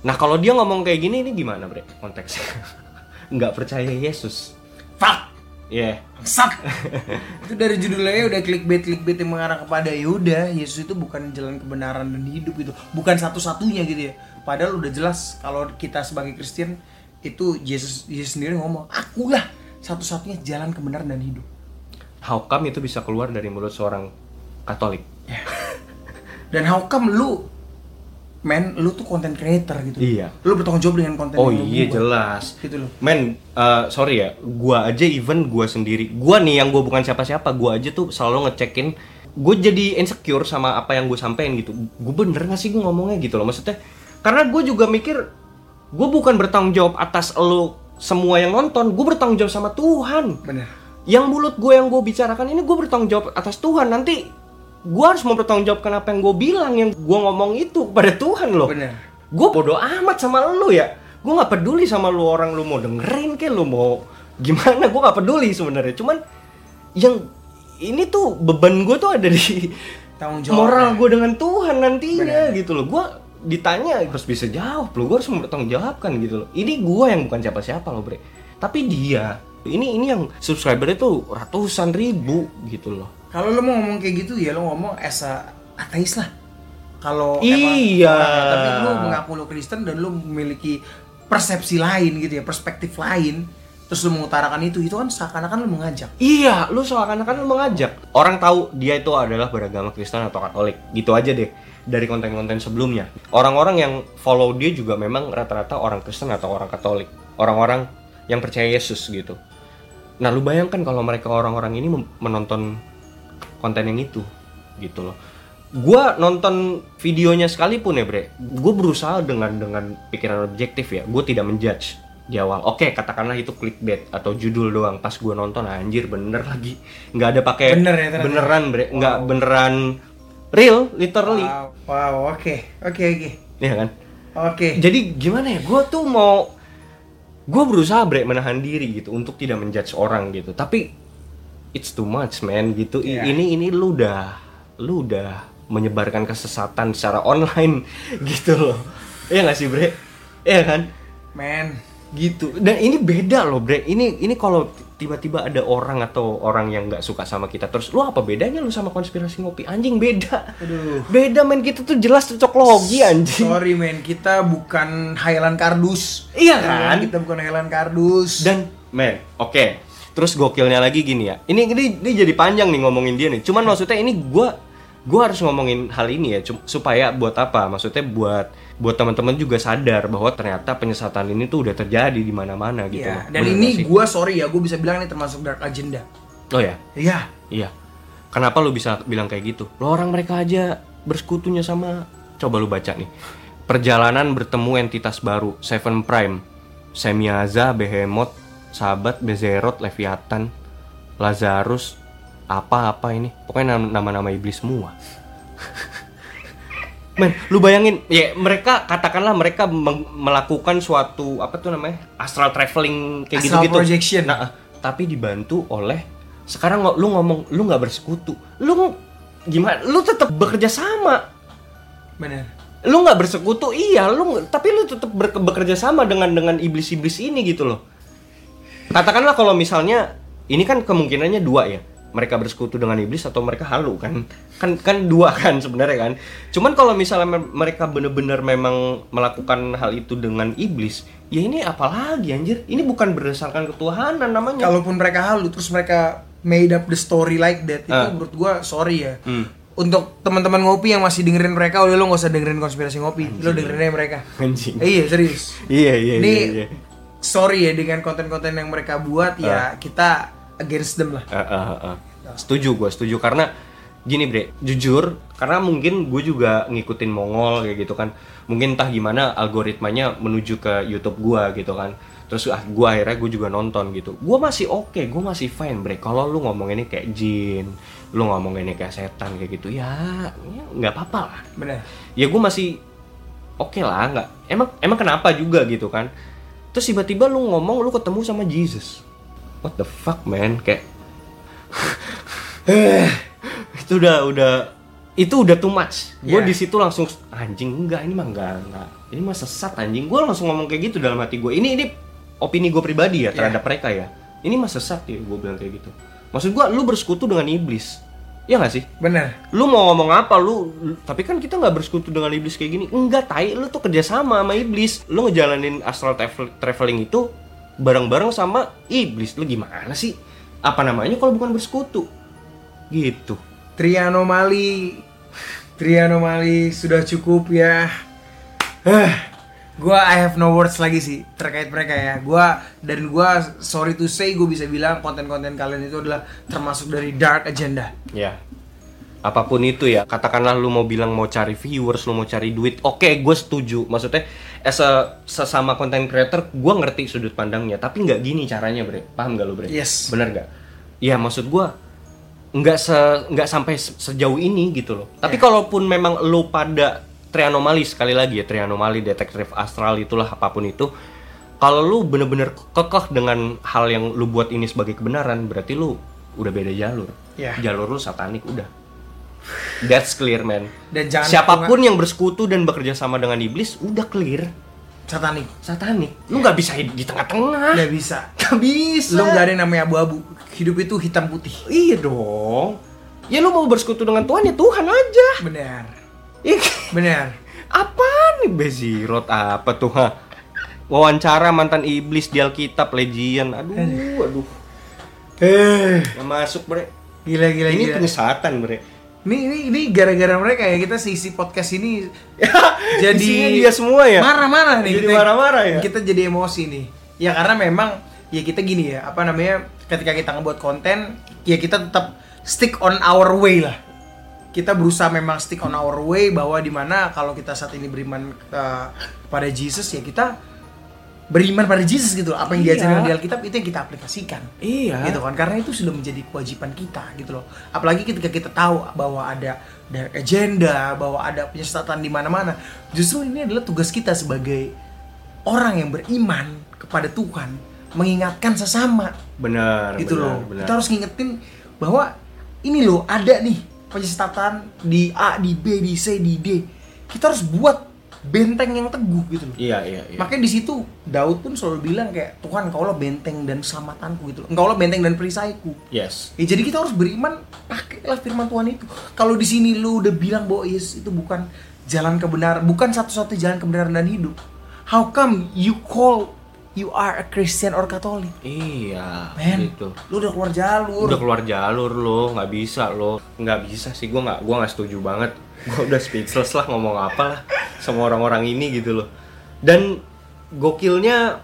S3: Nah, kalau dia ngomong kayak gini ini gimana, Bre? Konteksnya. *laughs* Nggak percaya Yesus.
S2: Fuck!
S3: Ya.
S2: Bangsat! itu dari judulnya udah clickbait clickbait yang mengarah kepada yaudah Yesus itu bukan jalan kebenaran dan hidup gitu bukan satu-satunya gitu ya padahal udah jelas kalau kita sebagai Kristen itu Yesus Yesus sendiri ngomong akulah satu-satunya jalan kebenaran dan hidup
S3: How come itu bisa keluar dari mulut seorang Katolik?
S2: Ya. dan how come lu men lu tuh content creator gitu
S3: Iya.
S2: lu bertanggung jawab dengan konten
S3: Oh
S2: yang lu
S3: iya
S2: buat.
S3: jelas.
S2: Gitu loh.
S3: Men, eh, sorry ya, gua aja even gua sendiri, gua nih yang gua bukan siapa-siapa, gua aja tuh selalu ngecekin gue jadi insecure sama apa yang gue sampein gitu. Gue bener gak sih gue ngomongnya gitu loh maksudnya? Karena gue juga mikir gue bukan bertanggung jawab atas lo semua yang nonton, gue bertanggung jawab sama Tuhan
S2: bener
S3: yang mulut gue yang gue bicarakan ini gue bertanggung jawab atas Tuhan nanti gue harus mempertanggungjawabkan apa yang gue bilang yang gue ngomong itu kepada Tuhan loh
S2: Bener.
S3: gue bodoh amat sama lu ya gue nggak peduli sama lu orang lu mau dengerin kayak lu mau gimana gue nggak peduli sebenarnya cuman yang ini tuh beban gue tuh ada di
S2: tanggung jawab ya.
S3: moral gue dengan Tuhan nantinya gitu loh gue ditanya harus bisa jawab lo gue harus bertanggung jawab kan gitu loh ini gue yang bukan siapa siapa lo bre tapi dia ini ini yang subscribernya tuh ratusan ribu gitu loh
S2: Kalau lo mau ngomong kayak gitu ya lo ngomong as a ateis lah. Kalau
S3: Iya.
S2: orang- gitu, tapi lo mengaku lo Kristen dan lo memiliki persepsi lain gitu ya, perspektif lain. Terus lo mengutarakan itu, itu kan seakan-akan lo mengajak.
S3: Iya, lu seakan-akan lu mengajak orang tahu dia itu adalah beragama Kristen atau Katolik. Gitu aja deh dari konten-konten sebelumnya. Orang-orang yang follow dia juga memang rata-rata orang Kristen atau orang Katolik. Orang-orang yang percaya Yesus gitu. Nah, lu bayangkan kalau mereka orang-orang ini mem- menonton konten yang itu gitu loh. Gua nonton videonya sekalipun ya, Bre. Gue berusaha dengan dengan pikiran objektif ya. Gue tidak menjudge di awal. Oke, katakanlah itu clickbait atau judul doang. Pas gue nonton Ah, anjir bener lagi. nggak ada pakai
S2: Bener ya, ternyata. Oh.
S3: beneran, Bre. nggak beneran real literally.
S2: Wow, wow, oke, oke, oke,
S3: Iya kan?
S2: oke.
S3: Jadi gimana ya? Gue tuh mau gue berusaha bre menahan diri gitu untuk tidak menjudge orang gitu. Tapi it's too much man gitu. I-
S2: Iya.
S3: Ini ini lu udah lu udah menyebarkan kesesatan secara online *laughs* gitu loh. Iya gak sih bre? Iya kan?
S2: Men,
S3: gitu dan ini beda loh bre ini ini kalau tiba-tiba ada orang atau orang yang nggak suka sama kita terus lu apa bedanya lu sama konspirasi ngopi anjing beda
S2: Aduh.
S3: beda men kita tuh jelas cocok logi anjing
S2: sorry men, kita bukan Highland Kardus.
S3: Iya kan?
S2: Kita bukan Highland Kardus.
S3: Dan men, oke. Terus gokilnya lagi gini ya. Ini ini ini jadi panjang nih ngomongin dia nih. Cuman maksudnya ini gua gua harus ngomongin hal ini ya cum- supaya buat apa? Maksudnya buat buat teman-teman juga sadar bahwa ternyata penyesatan ini tuh udah terjadi di mana-mana gitu.
S2: Iya,
S3: loh.
S2: dan
S3: Bener
S2: ini
S3: gak sih?
S2: gue sorry ya, gue bisa bilang ini termasuk dark agenda.
S3: Oh ya.
S2: Iya,
S3: Iya. Kenapa lu bisa bilang kayak gitu? Lo orang mereka aja bersekutunya sama coba lu baca nih. Perjalanan bertemu entitas baru Seven Prime, Semiaza, Behemoth, Sahabat, Bezeroth, Leviathan, Lazarus, apa-apa ini. Pokoknya nam- nama-nama iblis semua. Men, lu bayangin, ya mereka katakanlah mereka meng- melakukan suatu apa tuh namanya astral traveling kayak
S2: Astral
S3: gitu-gitu.
S2: projection.
S3: Nah, eh, tapi dibantu oleh sekarang ngo- lu ngomong lu nggak bersekutu, lu ng- gimana? Lu tetap bekerja sama.
S2: bener.
S3: Lu nggak bersekutu, iya, lu nggak- tapi lu tetap berke- bekerja sama dengan dengan iblis-iblis ini gitu loh. Katakanlah kalau misalnya ini kan kemungkinannya dua ya. Mereka bersekutu dengan iblis atau mereka halu kan? Kan kan dua kan sebenarnya kan. Cuman kalau misalnya me- mereka bener-bener memang melakukan hal itu dengan iblis, ya ini apalagi anjir? Ini bukan berdasarkan ketuhanan namanya.
S2: kalaupun mereka halu terus mereka made up the story like that itu
S3: Ah.
S2: menurut gua sorry ya
S3: Hmm.
S2: untuk teman-teman ngopi yang masih dengerin mereka udah lo nggak usah dengerin konspirasi ngopi lo dengerin aja mereka
S3: Anjing.
S2: Eh, iya serius
S3: *laughs* Iya iya
S2: ini
S3: iya. Ah. iya.
S2: sorry ya dengan konten-konten yang mereka buat ya kita against them lah
S3: Eh, eh, eh, eh. Setuju gue, setuju karena gini bre, jujur karena mungkin gue juga ngikutin Mongol kayak gitu kan, mungkin entah gimana algoritmanya menuju ke YouTube gue gitu kan, terus ah gue akhirnya gue juga nonton gitu, gue masih oke, gue masih fine bre, kalau lu ngomonginnya kayak jin, lu ngomonginnya kayak setan kayak gitu ya, ya nggak apa-apa lah,
S2: bener
S3: ya gue masih oke lah, nggak, emang emang kenapa juga gitu kan, terus tiba-tiba lu ngomong lu ketemu sama Jesus, what the fuck man, kayak *laughs* Eh, itu udah udah itu udah too much. Gue
S2: Yeah.
S3: di situ langsung anjing enggak ini mah enggak enggak. Ini mah sesat anjing. Gue langsung ngomong kayak gitu dalam hati gue. Ini ini opini gue pribadi ya terhadap mereka ya. Ini mah sesat ya gue bilang kayak gitu. Maksud gue lu bersekutu dengan iblis. Iya gak sih?
S2: bener
S3: Lu mau ngomong apa lu? lu- Tapi kan kita nggak bersekutu dengan iblis kayak gini. Enggak, tai. Lu tuh kerjasama sama iblis. Lu ngejalanin astral travel- traveling itu bareng-bareng sama iblis. Lu gimana sih? Apa namanya kalau bukan bersekutu? Gitu.
S2: trianomali trianomali sudah cukup ya Eh, gua I have no words lagi sih terkait mereka ya gua dan gua sorry to say gue bisa bilang konten-konten kalian itu adalah termasuk dari dark agenda
S3: Ya. Apapun itu ya, katakanlah lu mau bilang mau cari viewers, lu mau cari duit, oke gue setuju. Maksudnya, as a- sesama content creator, gue ngerti sudut pandangnya. Tapi nggak gini caranya, Bre. Paham gak lu, Bre?
S2: Yes.
S3: Bener nggak? Ya, maksud gue, nggak se- nggak sampai se- sejauh ini gitu loh. Tapi
S2: Ya.
S3: kalaupun memang lu pada trianomali sekali lagi ya, trianomali, detektif astral itulah apapun itu, kalau lu bener-bener kekeh dengan hal yang lu buat ini sebagai kebenaran, berarti lu udah beda jalur
S2: Ya.
S3: jalur lu satanik udah That's clear, man.
S2: Dan jangan
S3: Siapapun yang bersekutu dan bekerja sama dengan iblis udah clear.
S2: satanik
S3: Satanik. Lu nggak bisa hidup di tengah-tengah.
S2: Ya. nggak bisa
S3: Nggak bisa.
S2: lu nggak ada yang namanya abu-abu hidup itu hitam putih
S3: Iya dong. Ya lu mau bersekutu dengan Tuhan ya Tuhan aja.
S2: benar
S3: Ih,
S2: benar
S3: Apa nih Bezirot apa tuh ha? Wawancara mantan iblis di Alkitab Legion. Aduh, aduh.
S2: eh
S3: Nggak masuk, Bre.
S2: gila gila
S3: Ini
S2: gila
S3: penyesatan, Bre.
S2: ini ini ini gara-gara mereka ya kita seisi podcast ini
S3: *laughs*
S2: jadi
S3: Ya, Isinya dia semua ya?
S2: marah-marah nih
S3: Jadi marah-marah ya?
S2: kita jadi emosi nih ya karena memang ya kita gini ya apa namanya ketika kita ngebuat konten ya kita tetap stick on our way lah kita berusaha memang stick on our way bahwa dimana kalau kita saat ini beriman eh, pada Yesus ya kita beriman pada Yesus gitu apa yang
S3: Iya.
S2: diajarkan di Alkitab itu yang kita aplikasikan
S3: Iya.
S2: gitu kan karena itu sudah menjadi kewajiban kita gitu loh apalagi ketika kita tahu bahwa ada dark agenda bahwa ada penyesatan di mana-mana justru ini adalah tugas kita sebagai orang yang beriman kepada Tuhan mengingatkan sesama
S3: Benar,
S2: gitu
S3: benar,
S2: loh
S3: benar.
S2: kita harus ngingetin bahwa ini loh ada nih penyesatan di A di B di C di D kita harus buat benteng yang teguh gitu loh
S3: Iya, iya, iya.
S2: Makanya di situ Daud pun selalu bilang kayak Tuhan engkau lah benteng dan selamatanku gitu loh. Engkau lah benteng dan perisaiku.
S3: Yes.
S2: Ya, jadi kita harus beriman pakailah firman Tuhan itu. Kalau di sini lu udah bilang bahwa Yesus itu bukan jalan kebenaran, bukan satu-satunya jalan kebenaran dan hidup. How come you call you are a Christian or Catholic?
S3: Iya,
S2: Man,
S3: gitu.
S2: lu udah keluar jalur.
S3: udah keluar jalur lo nggak bisa lo nggak bisa sih gue nggak gue nggak setuju banget gue udah speechless lah ngomong apa lah sama orang-orang ini gitu loh dan gokilnya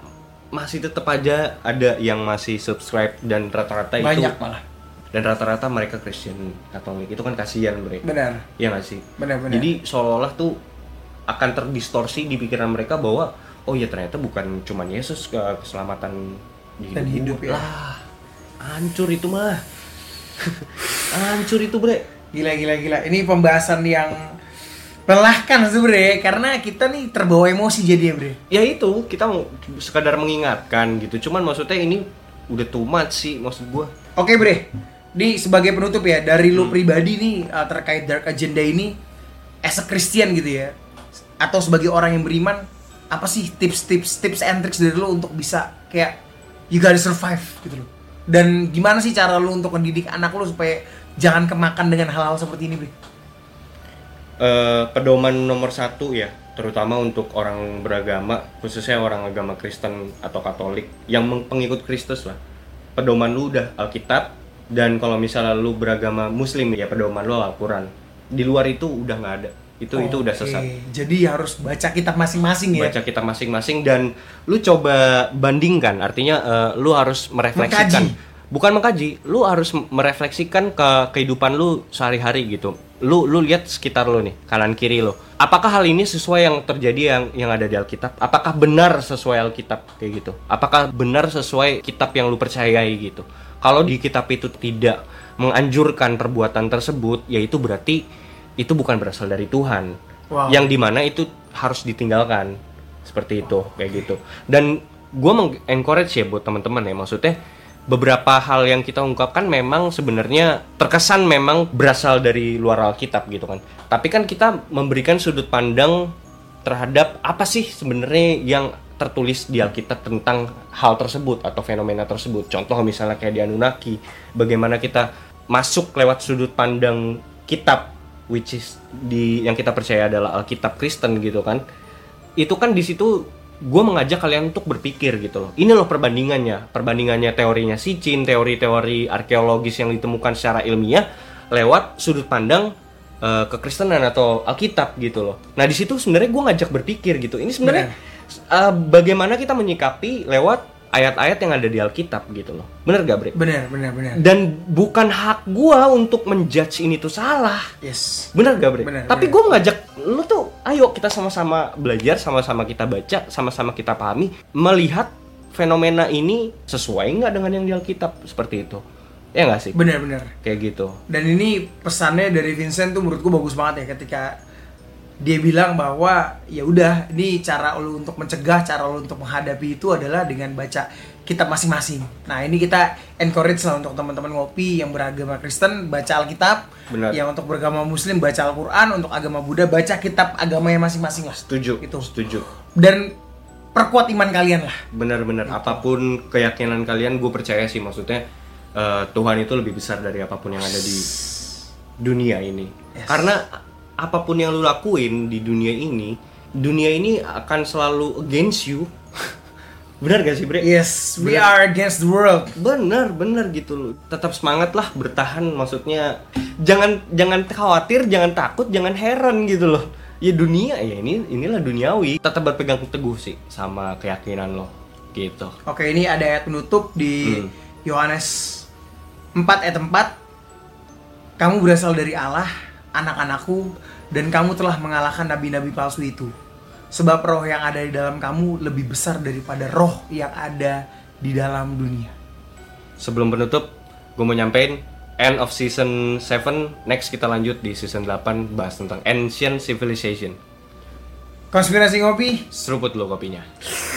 S3: masih tetap aja ada yang masih subscribe dan rata-rata itu
S2: Banyak malah.
S3: dan rata-rata mereka Christian Katolik itu kan kasihan mereka
S2: Benar.
S3: ya nggak sih
S2: Benar-benar.
S3: jadi seolah-olah tuh akan terdistorsi di pikiran mereka bahwa oh ya ternyata bukan cuma Yesus ke keselamatan di
S2: Dan hidup
S3: gue
S2: ya.
S3: lah hancur itu mah hancur itu bre
S2: Gila gila gila. Ini pembahasan yang melelahkan sebenernya karena kita nih terbawa emosi jadi ya bre.
S3: ya itu kita mau sekadar mengingatkan gitu cuman maksudnya ini udah too much sih maksud gua
S2: Oke Bre, di sebagai penutup ya dari
S3: Hmm.
S2: lu pribadi nih uh, terkait dark agenda ini as a Christian gitu ya atau sebagai orang yang beriman apa sih tips-tips tips and tricks dari lu untuk bisa kayak you gotta survive gitu loh dan gimana sih cara lu untuk mendidik anak lu supaya jangan kemakan dengan hal-hal seperti ini Bre?
S3: Eh, pedoman nomor satu ya terutama untuk orang beragama khususnya orang agama Kristen atau Katolik yang meng- pengikut Kristus lah pedoman lu udah Alkitab dan kalau misalnya lu beragama Muslim ya pedoman lu Al-Quran di luar itu udah nggak ada itu itu udah
S2: Oke,
S3: sesat
S2: Jadi harus baca kitab masing-masing ya.
S3: baca kita masing-masing dan lu coba bandingkan artinya eh, lu harus merefleksikan bukan mengkaji lu harus merefleksikan ke kehidupan lu sehari-hari gitu lu lu lihat sekitar lu nih kanan kiri lu apakah hal ini sesuai yang terjadi yang yang ada di Alkitab apakah benar sesuai Alkitab kayak gitu apakah benar sesuai kitab yang lu percayai gitu kalau di kitab itu tidak menganjurkan perbuatan tersebut yaitu berarti itu bukan berasal dari Tuhan
S2: Wow.
S3: yang dimana itu harus ditinggalkan seperti itu kayak gitu dan gue meng-encourage ya buat teman-teman ya maksudnya beberapa hal yang kita ungkapkan memang sebenarnya terkesan memang berasal dari luar Alkitab gitu kan tapi kan kita memberikan sudut pandang terhadap apa sih sebenarnya yang tertulis di Alkitab tentang hal tersebut atau fenomena tersebut contoh misalnya kayak di Anunnaki bagaimana kita masuk lewat sudut pandang kitab which is di yang kita percaya adalah Alkitab Kristen gitu kan itu kan di situ gue mengajak kalian untuk berpikir gitu loh ini loh perbandingannya perbandingannya teorinya Sicin teori-teori arkeologis yang ditemukan secara ilmiah lewat sudut pandang eh, kekristenan atau Alkitab gitu loh nah di situ sebenarnya gue ngajak berpikir gitu ini sebenarnya eh, bagaimana kita menyikapi lewat ayat-ayat yang ada di Alkitab gitu loh bener gak Bre?
S2: Benar, benar, benar.
S3: dan bukan hak gue untuk menjudge ini tuh salah
S2: Yes.
S3: Bener gak Bre?
S2: Bener,
S3: Tapi
S2: bener.
S3: gue ngajak lu tuh, ayo kita sama-sama belajar, sama-sama kita baca, sama-sama kita pahami, melihat fenomena ini sesuai nggak dengan yang di Alkitab seperti itu, ya nggak sih?
S2: Benar, benar.
S3: Kayak gitu.
S2: dan ini pesannya dari Vincent tuh menurutku bagus banget ya ketika dia bilang bahwa ya udah ini cara lu untuk mencegah cara lu untuk menghadapi itu adalah dengan baca kitab masing-masing. Nah ini kita encourage lah untuk teman-teman ngopi yang beragama Kristen baca Alkitab,
S3: Benar.
S2: yang untuk beragama Muslim baca Al-Quran, untuk agama Buddha baca kitab agamanya masing-masing lah.
S3: Setuju.
S2: Itu.
S3: Setuju.
S2: Dan perkuat iman kalian lah.
S3: Benar-benar apapun keyakinan kalian gue percaya sih maksudnya eh, Tuhan itu lebih besar dari apapun yang ada di dunia ini. Karena apapun yang lu lakuin di dunia ini, dunia ini akan selalu against you. *laughs* Benar gak sih, Bre?
S2: Iya, Yes, we are against the world.
S3: bener bener gitu loh tetap semangat lah bertahan maksudnya jangan jangan khawatir jangan takut jangan heran gitu loh ya dunia ya ini inilah duniawi tetap berpegang teguh sih sama keyakinan lo gitu
S2: Oke, ini ada ayat penutup di Yohanes 4 ayat 4. Kamu berasal dari Allah, anak-anakku, dan kamu telah mengalahkan nabi-nabi palsu itu. Sebab roh yang ada di dalam kamu lebih besar daripada roh yang ada di dalam dunia.
S3: sebelum penutup gue mau nyampein end of season 7 next kita lanjut di season 8 bahas tentang ancient civilization
S2: Konspirasi ngopi,
S3: seruput lo kopinya